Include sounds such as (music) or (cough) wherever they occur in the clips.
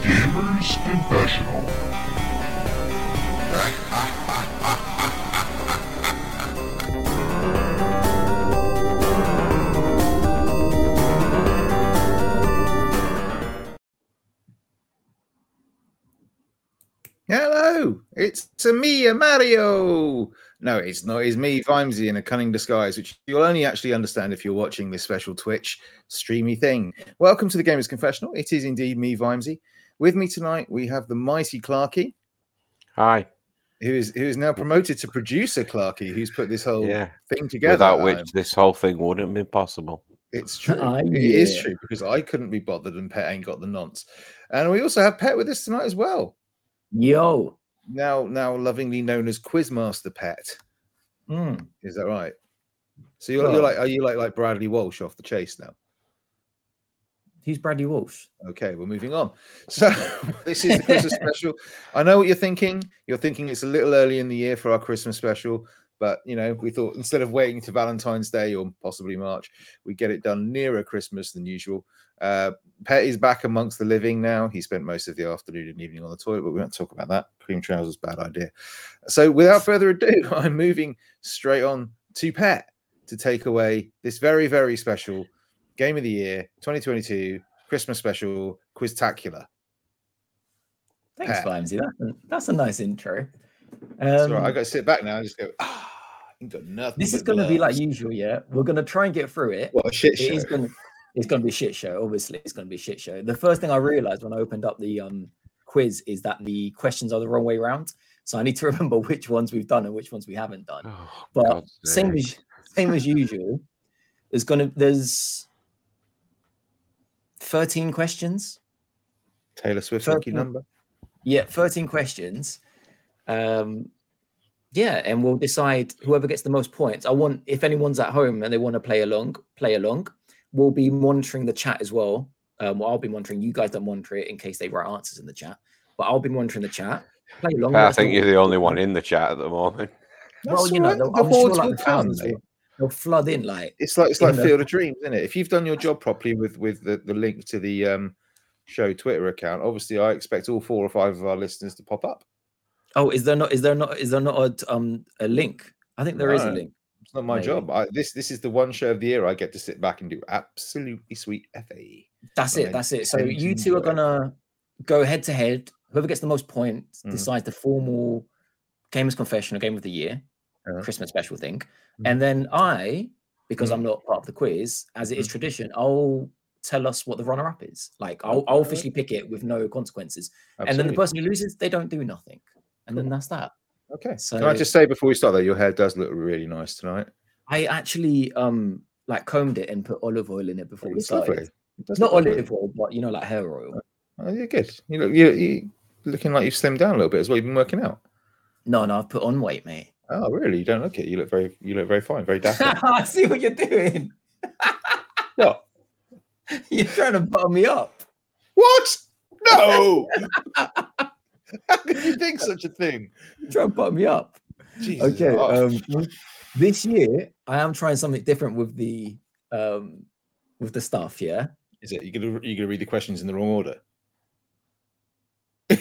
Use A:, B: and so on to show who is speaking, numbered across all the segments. A: Steve's Confessional.
B: Hello, it's a me, a Mario. No, it's not. It's me, Vimesy, in a cunning disguise, which you'll only actually understand if you're watching this special Twitch streamy thing. Welcome to the Gamers Confessional. It is indeed me, Vimesy. With me tonight, we have the mighty Clarky,
C: Hi.
B: who is who is now promoted to producer Clarky, who's put this whole
C: Yeah.
B: thing together.
C: Without
B: Um,
C: which Oh, this whole thing wouldn't have been possible.
B: It's true.
D: Ah,
B: It is
D: yeah.
B: true because I couldn't be bothered and Pet ain't got the nonce. And we also have Pet with us tonight as well.
D: Yo,
B: Now, now lovingly known as Quizmaster Pet.
D: Mm.
B: Is that right? So you're, you're
D: Well-
B: like, are you like like Bradley Walsh off the chase now?
D: he's Bradley Walsh.
B: Okay, we're moving on. (laughs) So this is the Christmas special. I know what you're thinking. You're thinking it's a little early in the year for our Christmas special, but you know we thought instead of waiting to Valentine's Day or possibly March, we get it done nearer Christmas than usual. Uh, Pet is back amongst the living now. He spent most of the afternoon and evening on the toilet, but we won't talk about that. Cream trousers, bad idea. So without further ado, (laughs) I'm moving straight on to Pet to take away this very very special game of the year 2022 Christmas special, Quiztacular.
D: Thanks,
B: Pat.
D: Vimesy. Uh, That's a, that's a nice intro.
B: It's
D: Um,
B: all right. I got to sit back now and just go, ah, you got nothing.
D: this is
B: but
D: going to be like
B: gloves."
D: usual, yeah. We're going to try and get through it.
B: What a shit
D: It
B: show.
D: is going to it's going to be a shit show. Obviously, it's going to be a shit show. The first thing I realized when I opened up the um quiz is that the questions are the wrong way round. So I need to (laughs) remember which ones we've done and which ones we haven't done.
C: Oh,
D: But
C: God's
D: same
C: sake.
D: as same as usual. There's gonna there's thirteen questions.
B: Taylor Swift's lucky
D: Circle.
B: number.
D: Yeah, thirteen questions. Um, yeah, and we'll decide whoever gets the most points. I want if anyone's at home and they want to play along, play along. We'll be monitoring the chat as well. Um, well, I'll be monitoring. You guys don't monitor it in case they write answers in the chat, but I'll be monitoring the chat. Play along. let
C: I
D: us know
C: think
D: what
C: you're the
D: you
C: only
D: think. (laughs)
C: one in the chat at the moment. (laughs)
D: Well,
B: That's
D: you
B: all
D: know,
B: right,
D: they'll,
B: the
D: I'm sure,
B: hordes
D: like,
B: will
D: the
B: come,
D: thousands
B: mate.
D: will- they'll flood in like
B: It's like it's like
D: in the-
B: Field of Dreams, isn't it? If you've done your job properly with with the, the link to the um, show Twitter account, obviously I expect all four or five of our listeners to pop up.
D: Oh, is there not? Is there not? Is there not a um a link? I think there is
B: No.
D: a link.
B: It's not my
D: Maybe.
B: job. I, this this is the one show of the year I get to sit back and do absolutely sweet fa.
D: That's
B: Right.
D: it. That's it. So
B: Send
D: you
B: to
D: two are
B: whoever.
D: gonna go head to head. Whoever gets the most points
B: Mhm.
D: decides the formal Gamers Confession or Game of the Year,
B: Uh-huh. Hmm.
D: Christmas special thing. And then I, because I'm not part of the quiz, as it is
B: Mhm.
D: tradition, I'll tell us what the runner up is. Like I'll, I'll officially pick it with no consequences. And then the
B: Absolutely.
D: person who loses, they don't do nothing. And then that's that.
B: Okay. Can I
D: So-
B: just say before we start though, your hair does look really nice tonight.
D: I actually um like combed it and put olive oil in it before
B: It
D: we
B: looks lovely.
D: started.
B: It does
D: It's not
B: look lovely.
D: olive oil, but you know, like hair oil.
B: Oh, you're good. You look you you looking like you've slimmed down a little bit as well. You've been working out.
D: No, no, I've put on weight, mate.
B: Oh, really? You don't look it. You look very you look very fine, very dapper.
D: (laughs) I see what you're doing.
B: What?
D: (laughs) You're trying to butter me up.
B: what? No. (laughs) How could you think such a thing?
D: You're trying to butter me up.
B: Jesus.
D: Okay.
B: Oh,
D: Um, this year, I am trying something different with the um with the stuff. Yeah.
B: is it you gonna you gonna read the questions in the wrong order?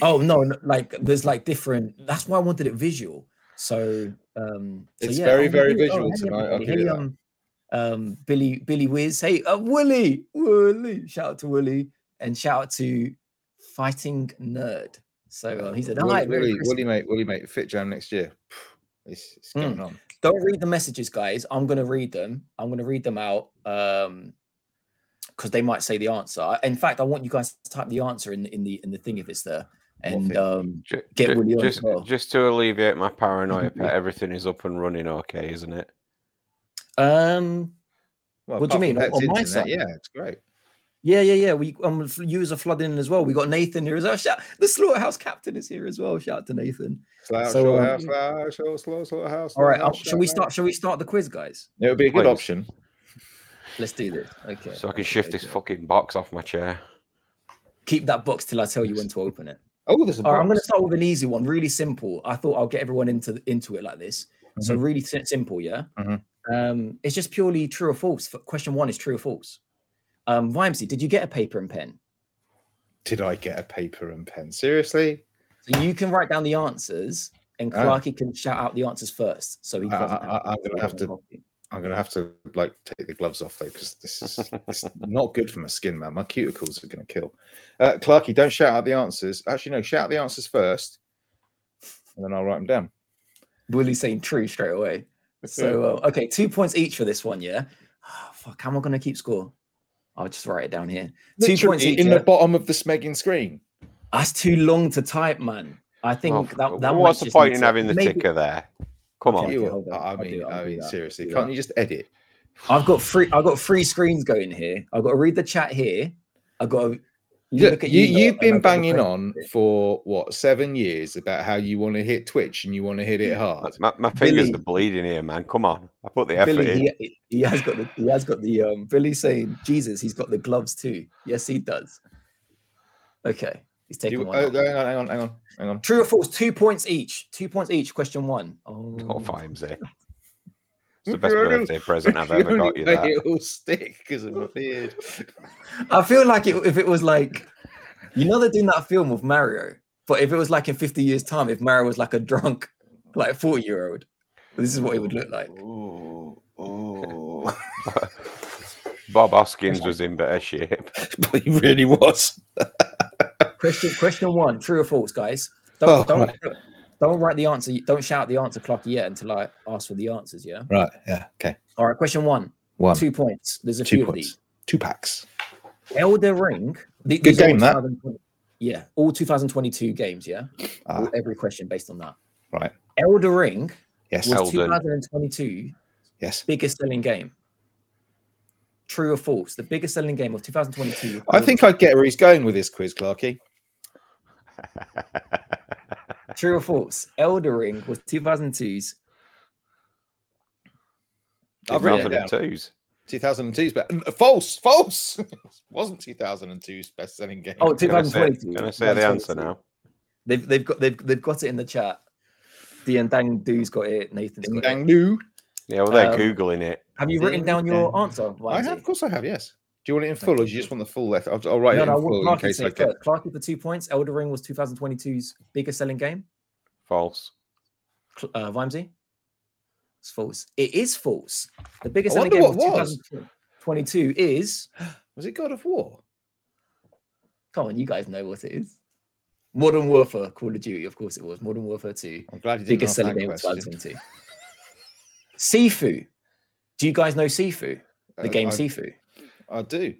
D: Oh no, no, like there's like different. That's why I wanted it visual. So um, so
B: It's
D: yeah,
B: very,
D: oh,
B: very
D: hey,
B: visual
D: hey,
B: tonight, I'll
D: everybody,
B: give you
D: hey,
B: that.
D: um, um, Billy, Billy Wiz. Hey, uh, Wooly, Wooly. Shout out to Wooly and shout out to Fighting Nerd. So uh, he said,
B: Woolly-
D: "Hi, Merry
B: Woolly-
D: Christmas." Hmm.
B: Woolly mate, Woolly mate, fit jam next year. (sighs) It's, it's going on.
D: Don't read the messages, guys. I'm gonna read them. I'm gonna read them out um because they might say the answer. I- In fact, I want you guys to type the answer in in the in the thing if it's there. And
B: thing?
D: um
C: Ju-
D: Get
C: ju-
D: Woody on as
C: just,
D: well.
C: just to alleviate my
D: (laughs)
C: paranoia, Pet, everything is up and running okay, isn't it?
D: um
B: Well,
D: What do you
B: apart from
D: mean? On-
B: Pet's
D: on my
B: internet,
D: side?
B: Yeah, it's great.
D: Yeah, yeah, yeah. We um f- users are flooding in as well. We got Nathan here as well. Shout, the slaughterhouse captain is here as well. Shout out to Nathan.
B: Slow,
D: So,
B: slow
D: um,
B: house, slow, slow, slow, slow house.
D: All right,
B: slow
D: um,
B: house,
D: shall we
B: slow
D: start? Shall we start the quiz, guys?
B: house. It would be a good
C: Please.
B: option.
D: Let's do this. Okay.
C: So I
D: okay,
C: can shift this
D: okay.
C: fucking box off my chair.
D: Keep that box till I tell you when to open it.
B: Oh, there's a
D: All right, I'm going to
B: box.
D: start with an easy one, really simple. I thought I'll get everyone into into it like this. So
C: Mm-hmm.
D: really si- simple, yeah.
B: Mhm.
D: Um, it's just purely true or false. F- Question one is true or false. Um, Vimesy, did you get a paper and pen?
B: Did I get a paper and pen? Seriously?
D: So you can write down the answers, and
B: Oh.
D: Clarky can shout out the answers first. So he
B: I-
D: doesn't.
B: I- I'm gonna have
D: get
B: to-
D: one copy.
B: I'm gonna have to like take the gloves off though, because this is it's not good for my skin, man. My cuticles are gonna kill. Uh, Clarky, don't shout out the answers. Actually, no, shout out the answers first, and then I'll write them down.
D: Willie's saying true straight away. So uh, okay, two points each for this one. Yeah. Oh, fuck, how am I gonna keep score? I'll just write it down here. two points
B: Literally
D: each.
B: in
D: yeah?
B: the bottom of the smegging screen.
D: That's too long to type, man. I think
C: Oh,
D: that, that
C: what's
D: might
C: the
D: just
C: point
D: need
C: in
D: to-
C: having the
D: maybe-
C: ticker there? Come on.
D: Okay,
B: You-
D: hold on.
B: I
D: I'll do
B: mean,
D: that,
B: I
D: I'll do
B: mean,
D: that,
B: seriously,
D: do
B: can't
D: that.
B: you just edit?
D: I've got three. I've got three screens going here. I've got to read the chat here. I've got to
B: Look, you, you've been banging on
D: it.
B: for what seven years about how you want to hit Twitch and you want to hit it hard.
C: My, my fingers
D: Billy-
C: are bleeding here, man. Come on. I put the effort in.
D: Billy, he, he has got the he has got the um Billy saying Jesus, he's got the gloves too. Yes, he does. Okay, he's taking
B: You-
D: one.
B: oh,
D: out.
B: hang on, hang on, hang on, hang on.
D: True or false? Two points each. Two points each. Question one.
B: (laughs)
D: Oh,
C: Oh, for It's
D: (laughs)
C: the
B: If
C: best
B: you're only-
C: birthday present
B: (laughs)
C: I've
B: You
C: ever
B: only
C: got
D: (laughs)
C: you.
B: made
C: That.
B: It all stick because of my beard.
D: Oh. I feel like it, if it was like, you know, they're doing that film with Mario, but if it was like in 50 years' time, if Mario was like a drunk, like 40 year old, this is what it would look like.
B: Oh, oh.
C: Bob
D: (laughs)
C: Hoskins was in better shape. (laughs)
B: but he really was.
D: Question question one true or false, guys? Don't,
B: Oh,
D: don't,
B: right.
D: don't write the answer, don't shout the answer clock yet until I ask for the answers, yeah?
B: Right. Yeah. Okay.
D: All right, question one,
B: One, two
D: two points. There's a few of these.
B: points. Two packs.
D: Elder Ring. th-
B: Good
D: these are all
B: game, that.
D: 2020 Yeah, all 2022 games, yeah?
B: Ah,
D: All- Every question based on that.
B: Right.
D: Elder Ring
B: yes.
D: was
C: Elden.
D: 2022
B: Yes.
D: biggest selling game? True or false? The biggest selling game of 2022.
B: I think I get where he's going with this quiz, Clarky.
D: true or false? Elder Ring was 2002's.
B: I've
C: I've
B: written it
C: for the twos.
B: 2002's best. False. False. (laughs) It wasn't 2002's best-selling game.
D: Oh,
C: Can I say,
D: 2022.
C: can I say the answer
D: 2022.
C: now?
D: They've they've got they've they've got it in the chat. The Endang Doo's got it. Nathan's
B: Ding
D: got it.
B: dang new.
C: Yeah, well, they're
D: Um,
C: Googling it.
D: Have you written
B: Ding
D: down your
B: dang.
D: answer?
B: I
D: Wisey?
B: have, of course, I have. Yes. Do you want it in full, or do you just want the full left? I'll, I'll write
D: No,
B: it in
D: no, I
B: full
D: want
B: in
D: Clarky to
B: case
D: say
B: I
D: it
B: get.
D: first. Clarky for two points. Elder Ring was 2022's biggest selling game.
C: False.
D: Cl- Uh, Vimesy? It's false. It is false. The biggest
B: I
D: selling game
B: wonder
D: of
B: what it was.
D: 2022 is
B: Was it God of War?
D: Come on, you guys know what it is. Modern Warfare, Call of Duty, of course it was. Modern Warfare 2,
B: I'm glad you didn't
D: biggest
B: ask
D: selling
B: that
D: game of
B: question.
D: 2022. Sifu. Do you guys
B: (laughs)
D: know Sifu?
B: Uh,
D: The game
B: I-
D: Sifu.
B: I do.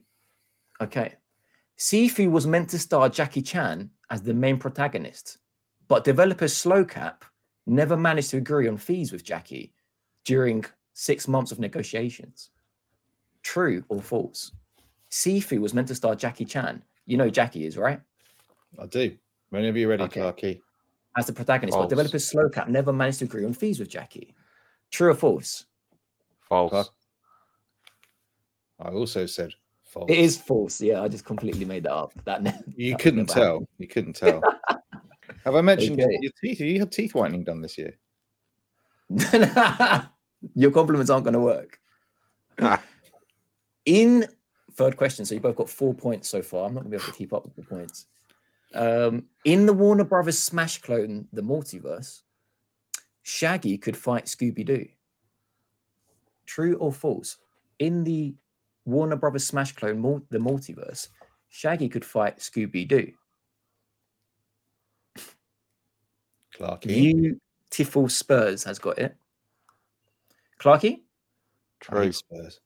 D: Okay. Sifu was meant to star Jackie Chan as the main protagonist, but developers Slowcap never managed to agree on fees with Jackie during six months of negotiations. True or false? Sifu was meant to star Jackie Chan. You know who Jackie is, right?
B: I do. Whenever you're ready,
D: Okay.
B: Clarky.
D: as the protagonist,
C: False.
D: but developers Slowcap never managed to agree on fees with Jackie. True or false?
B: Fuck.
C: False.
B: I also said false.
D: It is false. Yeah, I just completely made that up. That ne-
B: You
D: that would
B: couldn't
D: never happen.
B: tell. You couldn't tell. Have I mentioned
D: Okay.
B: your teeth? Have you had teeth whitening done this year?
D: (laughs) Your compliments aren't going to work.
C: Ah.
D: In third question, so you both got four points so far. I'm not going to be able to keep up with the points. Um, in the Warner Brothers Smash clone, The Multiverse, Shaggy could fight Scooby Doo. True or false? In the Warner Brothers Smash clone, Mul- The Multiverse, Shaggy could fight Scooby Doo.
B: Clarky.
D: Beautiful Spurs has got it. Clarky,
B: I hate
C: True.
B: Spurs.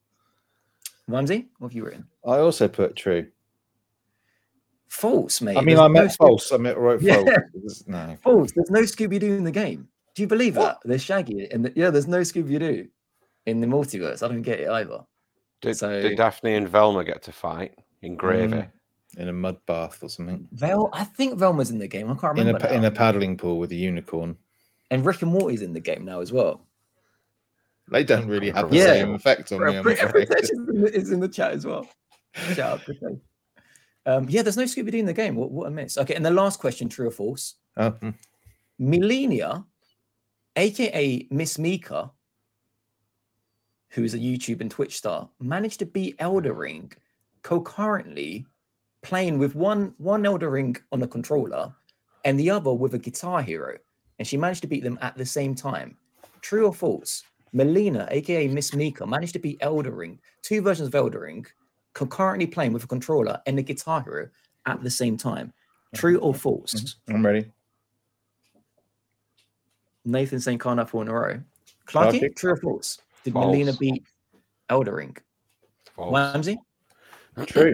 D: Ramsey, what have you written?
B: I also put true.
D: False, mate.
B: I mean,
D: There's
B: I
D: no
B: meant
D: Scoo-
B: false. I meant wrote
D: Yeah.
B: false. It's- No.
D: False. There's no Scooby Doo in the game. Do you believe
B: What?
D: that? There's Shaggy, and the, yeah, there's no Scooby Doo in the multiverse. I don't get it either.
C: Did,
D: So-
C: did Daphne and Velma get to fight in Gravy?
B: Mm. In a mud bath or something.
D: Vel, I think Velma's in the game. I can't
B: In a
D: remember.
B: pa-
D: now.
B: in a paddling pool with a unicorn.
D: And Rick and Morty's in the game now as well.
B: They don't really have the
D: Yeah.
B: same effect on me. I'm
D: Pri-
B: afraid.
D: Pritesh is in the- is in the chat as well. Shout out, Pritesh. um, yeah, there's no Scooby Doo in the game. What, what a miss. Okay, and the last question: true or false?
B: (laughs) Oh, mm.
D: Milenia, aka Miss Mika, who is a YouTube and Twitch star, managed to beat Elder Ring concurrently playing with one one Elder Ring on a controller and the other with a Guitar Hero, and she managed to beat them at the same time. True or false? Melina, aka Miss Mika, managed to beat Elder Ring, two versions of Elder Ring, concurrently playing with a controller and a Guitar Hero at the same time. True or false?
B: I'm ready.
D: Nathan saying can't have four in a row. Clarky,
C: Clarky?
D: true or false? Did Melina
C: False.
D: beat Eldering?
C: False.
D: Wamsy?
B: (clears throat) True.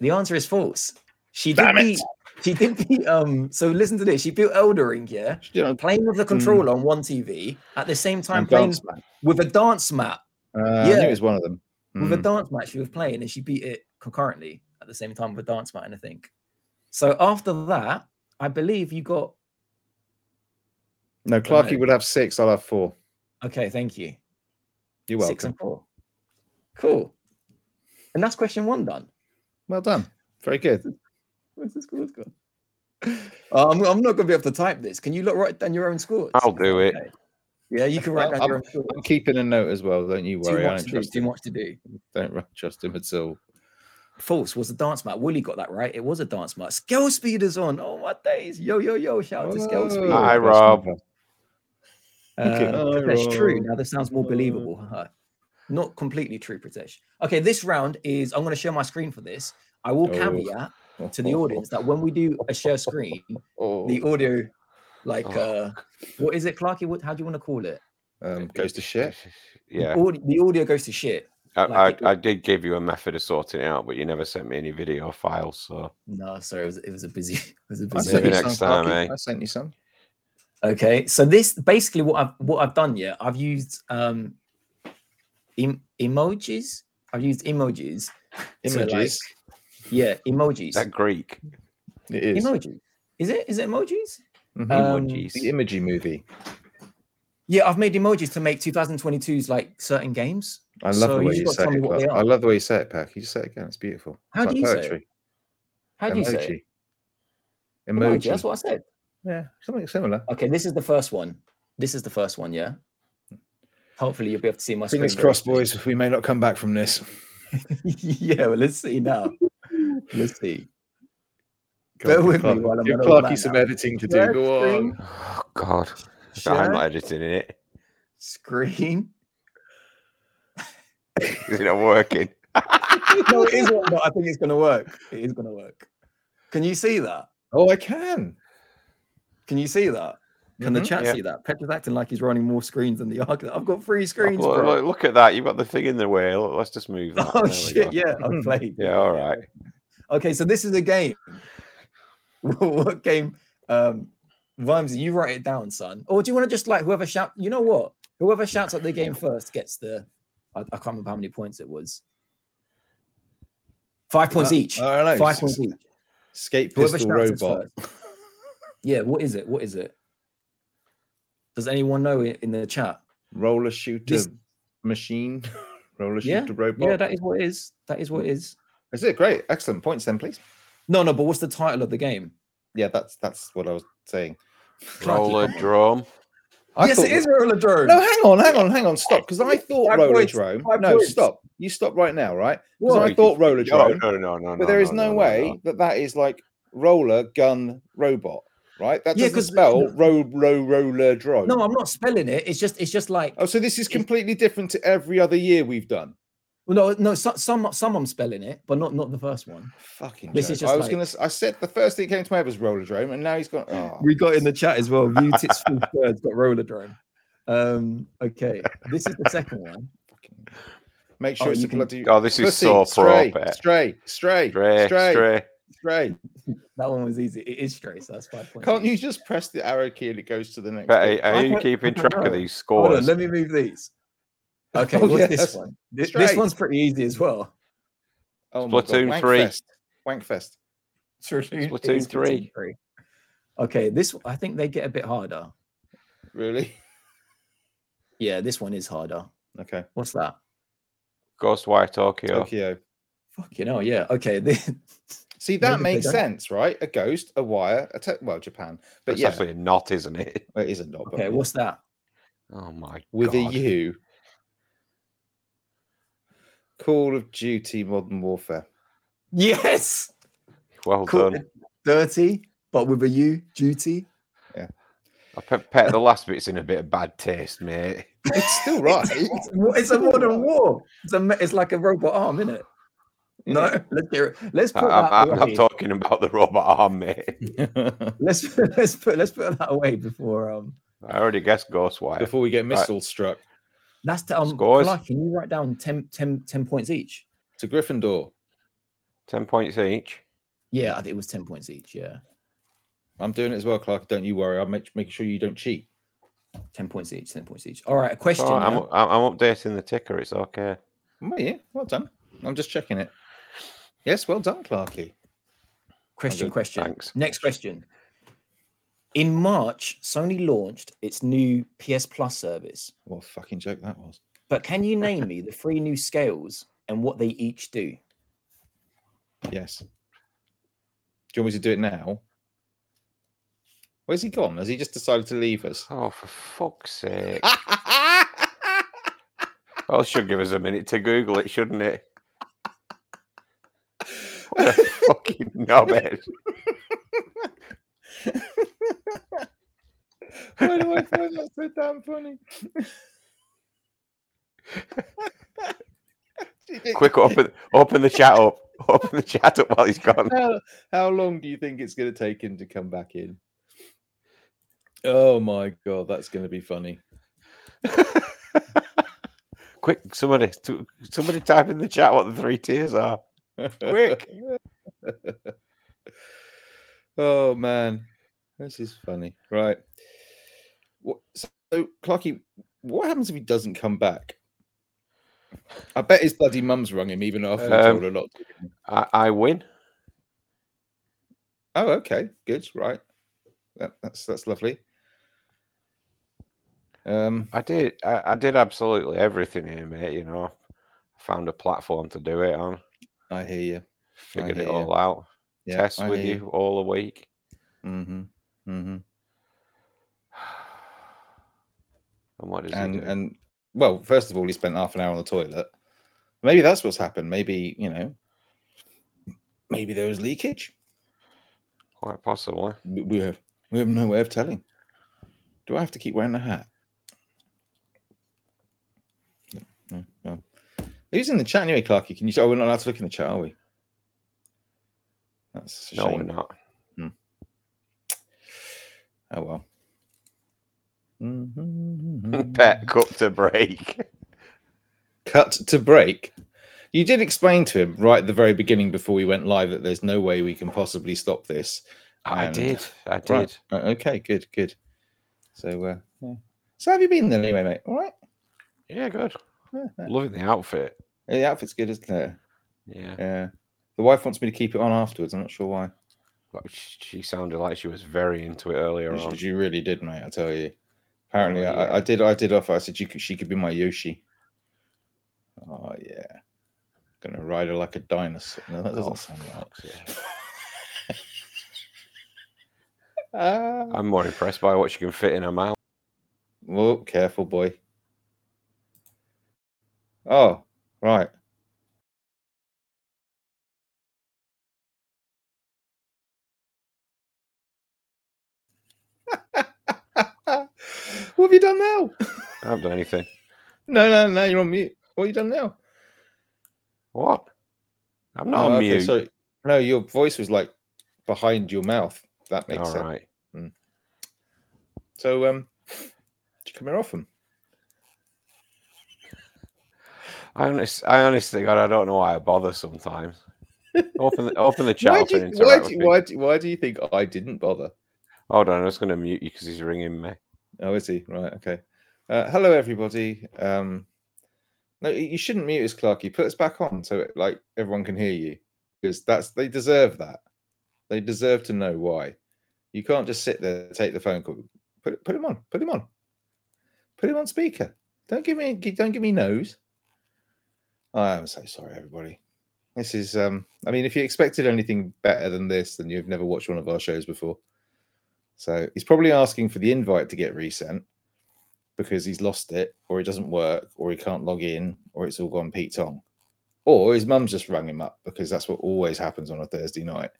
D: The answer is false. She did
B: Damn it.
D: beat. She did beat. Um. So listen to this. She beat Eldering. Yeah.
B: Uh,
D: Playing with the controller on one TV at the same time
B: And
D: playing
B: Dance Man.
D: with a dance mat.
B: I knew
D: Yeah.
B: it was one of them.
D: With a
B: Mm.
D: dance mat she was playing, and she beat it concurrently at the same time with a dance mat. And I think. So after that, I believe you got.
B: No, Clarky would have six. I'll have four.
D: Okay, thank you.
B: You're welcome.
D: Six and four. Cool. And that's question one done.
B: Well done. Very good.
D: Where's the scores gone? Uh, I'm, I'm not going to be able to type this. Can you look, write down your own scores?
C: I'll do it.
D: Okay. Yeah, you can write
B: Well,
D: down your own scores.
B: Oh. I'm keeping a note as well. Don't you
D: Too
B: worry. I
D: much,
B: don't
D: to do,
B: trust
D: too
B: him.
D: much to do.
B: Don't ru- trust him at all.
D: False was the dance mat. Willie got that right. It was a dance mat. Scale speed is on. Oh my days! Yo yo yo! Shout out to scale speed.
B: Oh,
C: Hi,
B: that's my
C: Rob.
B: bad. okay.
D: Uh,
B: Oh,
D: Pritesh, true.
B: Rob.
D: Now that sounds more
B: Oh.
D: believable. haha. Not completely true, Pritesh. Okay, this round is. I'm going to share my screen for this. I will
B: Oh.
D: caveat to the audience that when we do a share screen,
B: Oh,
D: the audio, like
C: Oh.
D: uh, what is it, Clarky? What how do you want to call it?
B: um, goes to shit.
C: Yeah,
D: Aud- the audio goes to shit.
C: I, I,
D: like-
C: I did give you a method of sorting it out, but you never sent me any video files. So
D: No, sorry, it was, it was a busy, (laughs) it was a
B: I
D: busy.
B: sent
C: Maybe
B: you
D: week.
C: next
B: some,
C: time,
B: Clarky.
C: eh?
B: I sent you some.
D: Okay, so this basically what I've what I've done. Yeah, I've used um, em- emojis. I've used emojis. to, like-
B: Images.
D: yeah, emojis.
C: is that Greek?
B: it is.
D: Emoji. Is it? Is it emojis?
B: Mhm.
D: Um,
C: Emojis.
B: the Imagy movie.
D: Yeah, I've made emojis to make 2022's like certain games.
B: I love
D: so
B: the
D: you
B: way
D: just
B: you
D: gotta
B: say
D: tell me
B: it.
D: what they
B: Clark. I
D: are.
B: love the way you say it, Pack. You just say it again. It's beautiful.
D: How
B: It's
D: do you say it? How do you say? it? Oh,
B: Emoji.
D: Emoji.
B: Emoji.
D: That's what I said.
B: Yeah, something similar.
D: Okay, this is the first one. This is the first one, yeah. Hopefully, you'll be able to see my screen.
B: Fingers
D: very
B: crossed,
D: soon.
B: boys. We may not come back from this.
D: (laughs) yeah, well, let's see now. Let's see. Bear
B: Go on,
D: with me
B: Clark.
D: while I'm
B: Give
D: an old
B: Clarky
D: man
B: some
D: now.
B: editing to do.
D: Share
B: Go
D: screen.
B: on.
C: Oh God, I'm
D: Share
C: not editing it. (laughs)
D: screen.
C: Is it not working? (laughs)
D: no, it is. wor- No, I think it's gonna work. It is gonna work. Can you see that?
B: Oh, I can.
D: Can you see that? Can the
B: Mhm.
D: chat
C: Mm-hmm. Yeah.
D: see that? Petra's acting like he's running more screens than the argument. I've got three screens,
C: look,
D: bro. (laughs)
C: look, look at that. You've got the thing in the way. Look, let's just move that. There
D: oh
C: we go. Mm.
D: shit! Yeah, I'm playing.
C: Yeah, all right.
D: Okay, so this is a game. (laughs) what game? Um, Vimesy, you write it down, son. Or do you want to just like whoever shout? You know what? Whoever shouts at the game first gets the. I, I can't remember how many points it was. Five points
B: Uh,
D: each.
B: I don't know.
D: Five
B: S-
D: points each.
B: Skate
D: Whoever
B: pistol
D: shouts is
B: robot.
D: first. yeah. What is it? What is it? Does anyone know it in the chat?
B: roller shooter
D: This-
B: machine, (laughs) roller
D: Yeah,
B: shooter robot.
D: Yeah, that is what it is. That is what it is.
B: Is it great? Excellent points then, please.
D: No, no. But what's the title of the game?
B: Yeah, that's that's what I was saying.
C: Roller drum.
B: I
D: yes,
B: thought-
D: it is Roller Drone.
B: No, hang on, hang on, hang on, stop. Because I thought
D: Five
B: roller
D: points,
B: drone.
D: five
B: No,
D: points.
B: stop. You stop right now, right? Because
D: What?
B: I thought roller
C: No,
B: drone,
C: no, no, no.
B: but there is no, way that that is like roller gun robot, right? That
D: Yeah,
B: doesn't
D: 'cause the-
B: spell ro ro roller drone.
D: No, I'm not spelling it. It's just it's just like
B: Oh, so this is completely different to every other year we've done.
D: well, no no so, some some I'm spelling it, but not not the first one.
B: Fucking.
D: This is
B: joke.
D: just
B: I was
D: like-
B: gonna. s- I said the first thing that came to my head was roller drone, and now he's gone. Oh,
D: We got in the chat as well. View tits
B: (laughs)
D: full birds got roller drone. Um okay, this is the second one.
B: fucking- Make sure
D: Oh,
B: it's
D: you
B: a
D: can-
B: bloody.
C: Oh, this is
B: Pussy,
C: so
B: stray,
C: proper.
B: stray, stray,
C: Stray,
B: stray, stray,
C: stray.
D: That one was easy. It is straight, so that's five points.
B: Can't you just press the arrow key and it goes to the next?
C: But
B: bit?
C: are, are you
D: don't-
C: keeping
D: I
C: track
D: don't
C: of
D: know.
C: these
D: Hold on,
C: scores?
D: let me move these. Okay,
B: (laughs) Oh,
D: what's
B: yeah,
D: this
B: that's-
D: one? This, this
B: straight.
D: one's pretty easy as well.
B: Oh my God,
C: Splatoon
B: wank
C: three.
B: fest, Wank fest.
D: Splatoon, it
C: Splatoon
D: is Splatoon
C: three.
D: three. Okay, this I think they get a bit harder.
B: Really? (laughs)
D: Yeah, this one is harder.
B: Okay.
D: What's that?
C: Ghostwire Tokyo.
B: Tokyo.
D: Fucking hell, yeah. Okay, this,
B: See,
D: Maybe
B: that
D: they
B: makes
D: don't.
B: sense, right? A ghost, a wire, a te- well, Japan, but
C: That's
B: yeah,
C: actually a knot, isn't it?
B: well, it isn't not. but
D: (laughs) okay,
B: yeah.
D: what's that?
C: Oh my
B: with
C: god.
B: a U? Call of Duty Modern Warfare.
D: Yes.
C: Well
D: Cool.
C: done.
D: Dirty, but with a U, duty.
C: I pet, pet the last bit's in a bit of bad taste, mate.
B: It's still right.
D: It's, it's
B: (laughs)
D: a modern war. It's, a, ma- it's like a robot arm, isn't it? No,
B: (laughs)
D: (laughs) let's hear it. Let's
C: I,
D: (laughs) put that
C: I, I,
D: away.
C: am talking about the robot
B: (laughs)
C: arm, mate.
D: let's (laughs) let's put let's put that away before um.
C: I already guessed Ghostwire.
B: Before we get missile struck
D: That's to, um.
C: Scores.
D: Kalai, can you write down 10, 10, 10 points each?
B: to Gryffindor,
C: 10 points each.
D: Yeah, I think it was ten points each. Yeah,
B: I'm doing it as well, Clark. Don't you worry. I'll make making sure you don't cheat.
D: ten points each. Ten points each. All right, a
C: It's
D: question.
C: all right, I'm,
D: yeah?
C: I'm, I'm updating the ticker. It's okay.
B: Oh, yeah, well done. I'm just checking it. Yes, well done, Clarky.
D: Question,
B: good,
D: question.
C: thanks.
D: Next question. In March, Sony launched its new PS Plus service.
B: What a fucking joke that was.
D: But can you name me the three new scales and what they each do? (laughs)
B: Yes. Do you want me to do it now? Where's he gone? Has he just decided to leave us?
C: Oh, for fuck's sake. Well, it should give us a minute to Google it, shouldn't it? What
B: (laughs)
C: a fucking knobhead.
B: (laughs) Why do I find that so damn (laughs) funny?
C: Quick, open, open the chat up. (laughs) Open the chat up while he's gone.
B: How, (laughs) how long do you think it's going to take him to come back in? Oh my god, that's going to be funny.
C: Quick, somebody, t- somebody type in the chat what the three tiers are. Quick.
B: (laughs) oh man, this is funny. Right. What, so, Clarky, what happens if he doesn't come back? I bet his bloody mum's rung him even after he
C: Um,
B: told her not to.
C: I, I win.
B: Oh, okay, good, right. That, that's that's lovely. Um,
C: I did. I, I did absolutely everything here, mate. You know, found a platform to do it on.
B: I hear you.
C: Figured
B: hear
C: it
B: you.
C: all out.
B: Yeah,
C: Tests
B: I
C: with
B: hear
C: you all the week.
B: you. Mm-hmm. Mm-hmm.
C: And what does
B: and
C: he do?
B: and well, first of all, he spent half an hour on the toilet. Maybe that's what's happened. Maybe you know, maybe there was leakage.
C: Quite possibly.
B: We we have we have no way of telling. Do I have to keep wearing the hat? No, no. Who's in the chat anyway, Clarky? Can you? Oh, we're not allowed to look in the chat, are we? That's a
C: No,
B: shame.
C: we're not. (laughs)
B: Oh
C: (laughs)
B: well. Mhm.
C: Pet cup to break.
B: cut to break. You did explain to him right at the very beginning before we went live that there's no way we can possibly stop this.
C: I
B: And-
C: did. I did.
B: Right. Uh, Okay. Good. Good. So, uh, yeah. so how have you been then, anyway, mate? All right.
C: Yeah, good.
B: Yeah, yeah.
C: Loving the outfit.
B: The outfit's good, isn't it?
C: Yeah.
B: Yeah. The wife wants me to keep it on afterwards. I'm not sure why.
C: Well, sh- She sounded like she was very into it earlier
B: She-
C: on.
B: She really did, mate. I tell you. Apparently,
C: Oh,
B: I,
C: yeah.
B: I did. I did offer. I said you could, she could be my Yoshi. Oh yeah, gonna ride her like a dinosaur. No, that doesn't
C: Oh,
B: sound right.
C: fuck's sake.
B: Ah.
C: I'm more impressed by what she can fit in her mouth.
B: Whoa, careful, boy. Oh, right. what have you done now?
C: I haven't done anything.
B: No, no, no, you're on mute. What have you done now?
C: What? I'm not
B: Oh,
C: on
B: okay,
C: mute.
B: sorry. No, your voice was like behind your mouth. That makes
C: All
B: sense.
C: right.
B: So, um, do you come here often?
C: I honest, I honestly, God, I don't know why I bother sometimes. open, the,
B: (laughs)
C: open the chat
B: Why
C: up
B: do,
C: and
B: you, why,
C: interact
B: do,
C: with
B: you-
C: people.
B: why, do, why do you think I didn't bother?
C: Hold on, I'm just going to mute you because he's ringing me.
B: Oh, is he? Right. Okay. Uh, hello, everybody. Um, no, y- you shouldn't mute us, Clarky. Put us back on so it, like everyone can hear you because that's they deserve that. They deserve to know why. You can't just sit there take the phone call. Put it- put him on. Put him on. Put him on speaker. Don't give me g- don't give me nose. I am so sorry, everybody. This is um. I mean, if you expected anything better than this, then you've never watched one of our shows before. So he's probably asking for the invite to get resent because he's lost it, or it doesn't work, or he can't log in, or it's all gone Pete Tong. Or his mum's just rang him up because that's what always happens on a Thursday night.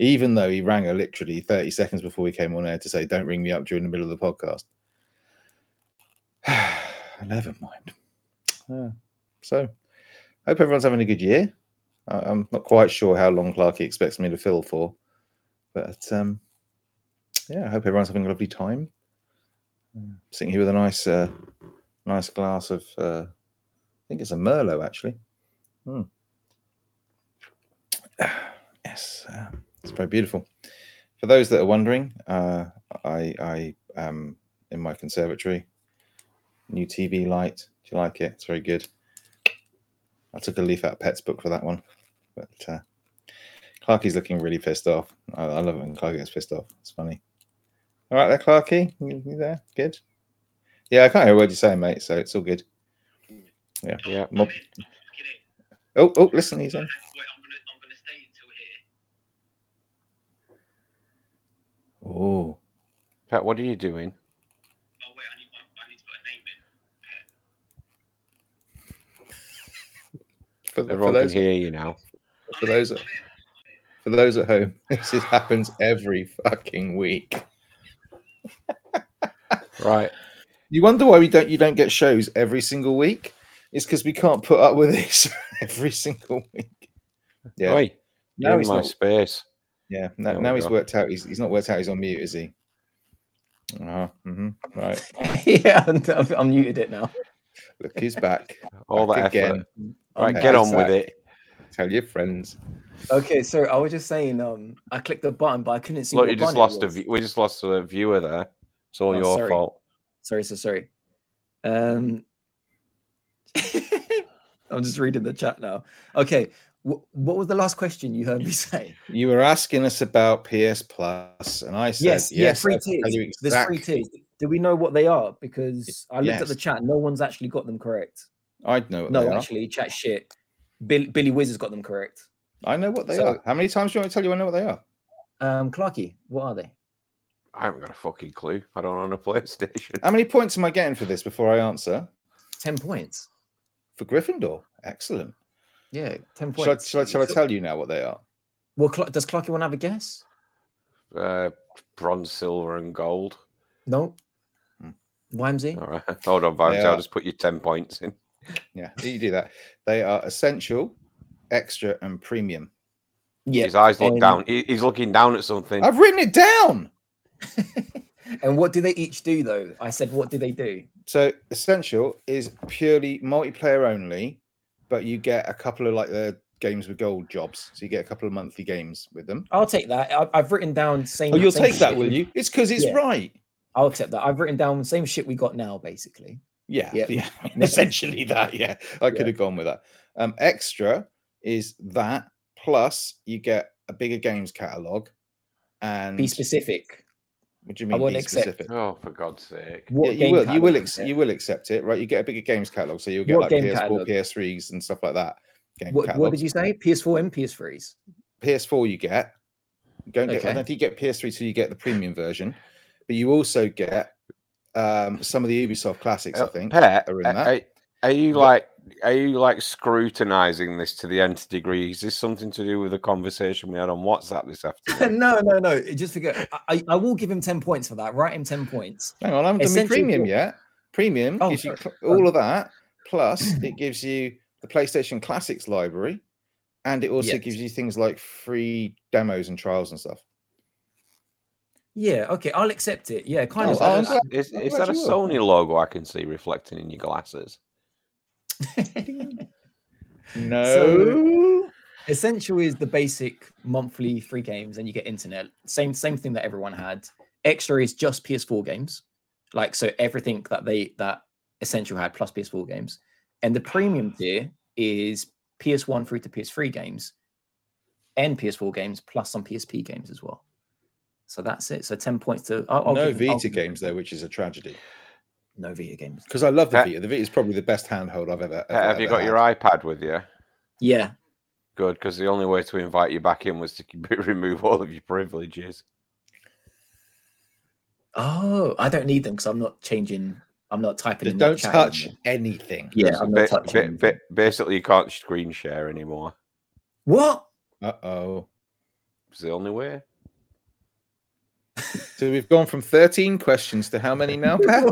B: Even though he rang her literally 30 seconds before we came on air to say, Don't ring me up during the middle of the podcast. (sighs) Never mind. Yeah. So, hope everyone's having a good year. I- I'm not quite sure how long Clarky expects me to fill for, but um, yeah, I hope everyone's having a lovely time. Uh, Sitting here with a nice, uh, nice glass of, uh, I think it's a Merlot actually. Hmm. (sighs) Yes, uh, it's very beautiful. For those that are wondering, uh, I, I am in my conservatory. New TV light. Do you like it? It's very good. I took a leaf out of Pet's book for that one. But uh, Clarky's looking really pissed off. I, I love it when Clarky gets pissed off. It's funny. All right, there, Clarky. You, you there? Good. Yeah, I can't hear a word you're saying, mate. So it's all good. (laughs)
C: Yeah.
B: Mob- Oh, oh, listen, he's on. Oh,
C: Pet, what are you doing?
B: for, for
C: Everyone can
B: those
C: hear you now.
B: for those for those at home, (laughs) this is, happens every fucking week.
C: Right.
B: You wonder why we don't you don't get shows every single week? It's because we can't put up with (laughs) this every single week. Yeah,
C: Oi,
B: No,
C: you're in
B: he's
C: my
B: not.
C: space.
B: yeah. No,
C: Oh my
B: now he's
C: God.
B: worked out. He's, he's not worked out. He's on mute, is he? Uh-huh. hmm Right.
D: yeah, I'm, I've unmuted it now.
B: Look, he's back.
C: All that
B: back
C: effort.
B: again.
C: Right,
B: Okay,
C: get on with
B: exactly.
C: it.
B: Tell your friends.
D: Okay, so I was just saying, um, I clicked the button, but I couldn't see.
C: Look,
D: what
C: you just
D: button it
C: lost a
D: was.
C: view. We just lost a viewer there. It's all
D: Oh,
C: your
D: sorry.
C: fault.
D: Sorry, so sorry. Um, (laughs) I'm just reading the chat now. Okay, wh- what was the last question you heard me (laughs) say?
B: You were asking us about PS Plus, and I said yes.
D: yes, yeah, free
B: I can
D: tiers.
B: tell you
D: There's free
B: exact-
D: tiers. Do we know what they are? Because I looked at the
B: Yes.
D: chat, no one's actually got them correct.
B: I know what they
D: No,
B: are.
D: actually, chat shit. Bill, Billy Wiz has got them correct.
B: I know what they
D: So-
B: are. How many times do you want me to tell you I know what they are?
D: Um, Clarky, what are they?
C: I haven't got a fucking clue. I don't own a (laughs) PlayStation.
B: How many points am I getting for this before I answer?
D: Ten points.
B: For Gryffindor. Excellent.
D: Yeah, ten
B: Shall I,
D: points.
B: shall, I, shall I
D: So-
B: tell you now what they are?
D: Well, Cla- does Clarky want to have a guess?
C: Uh, bronze, silver, and gold.
D: No.
B: Hmm.
D: Wimsey.
C: All right. (laughs) Hold on, Vance.
B: Yeah.
C: I'll just put your 10 points in.
B: Yeah, you do that. They are essential, extra, and premium.
D: Yeah.
C: His eyes look
D: um,
C: down. He, he's looking down at something.
B: I've written it down.
D: And what do they each do though? I said, what do they do?
B: So essential is purely multiplayer only, but you get a couple of like the games with gold jobs. So you get a couple of monthly games with them.
D: I'll take that. I, I've written down same.
B: Oh, you'll
D: same
B: take that,
D: shit.
B: will you? It's because it's
D: Yeah.
B: right.
D: I'll accept that. I've written down same shit we got now, basically.
B: Yeah,
D: Yeah. (laughs)
B: yeah. (laughs) essentially that. Yeah, I could have gone with that. Um, extra is that plus you get a bigger games catalog, and
D: Be specific.
B: what do you mean?
D: won't
B: be
D: accept-
B: specific?
C: Oh, for God's sake.
D: What
B: yeah, you
D: game
B: will. You
D: catalog
B: will.
D: is
B: Ex-
D: it?
B: you will accept it, right? You get a bigger games catalog, so you'll get
D: What
B: like
D: game
B: PS4,
D: catalog?
B: PS3s, and stuff like that. Game
D: What, what did
B: catalogs.
D: you say? PS4
B: (laughs)
D: and PS3s.
B: PS4 you get. You Don't get. I
D: Okay.
B: don't think you get PS3 till you get the premium version, but you also get um, some of the Ubisoft classics.
C: Uh,
D: Oh,
B: I think.
C: Pet,
B: are in
C: a-
B: that.
D: uh,
C: a- are you
B: But-
C: like are you like scrutinizing this to the nth degree? Is this something to do with the conversation we had on WhatsApp this afternoon?
D: no, no, no. Just forget. I- I, I will give him ten points for that. Write him ten points.
B: Hang on, I haven't done my
D: Essential
B: premium
D: Four.
B: yet. Premium
D: Oh,
B: gives you
D: sorry.
B: cl- all of that,
D: (clears throat)
B: plus it gives you the PlayStation Classics library, and it also
D: Yes.
B: gives you things like free demos and trials and stuff.
D: Yeah. Okay. I'll accept it. Yeah. Kind
B: Oh,
D: of.
C: Is that
B: I'm
C: a-
D: (laughs)
B: glad-
C: is-
B: I'm
C: is
B: glad
C: that a
B: you will.
C: Sony logo I can see reflecting in your glasses?
D: (laughs)
B: No,
D: Essential is the basic monthly free games, and you get internet. Same same thing that everyone had. Extra is just PS4 games, like so everything that they that Essential had plus PS4 games, and the premium tier is PS1 through to PS3 games, and PS4 games plus some PSP games as well. So that's it. So ten points to I'll, I'll
B: no
D: give them- I'll
B: Vita
D: give them
B: games though, which is a tragedy
D: No Vita games.
B: because I love the
D: Uh,
C: Ha-
B: Vita. The Vita is probably the best handheld I've ever.
C: Pet, have you got your iPad with you?
D: Yeah.
C: Good, because the only way to invite you back in was to (laughs) keep- remove all of your privileges.
D: Oh, I don't need them because I'm not changing I'm not typing.
B: Just
D: in
B: don't
D: that chat
B: touch
D: anymore.
B: anything.
D: Yeah,
C: So
D: I'm
C: ba-
D: not
C: ba-
D: touching.
C: ba-
D: anything.
C: basically, you can't screen share anymore.
D: What?
B: Uh oh.
C: It's the only way.
B: So we've gone from 13 questions to how many
D: (laughs)
B: now, Pat?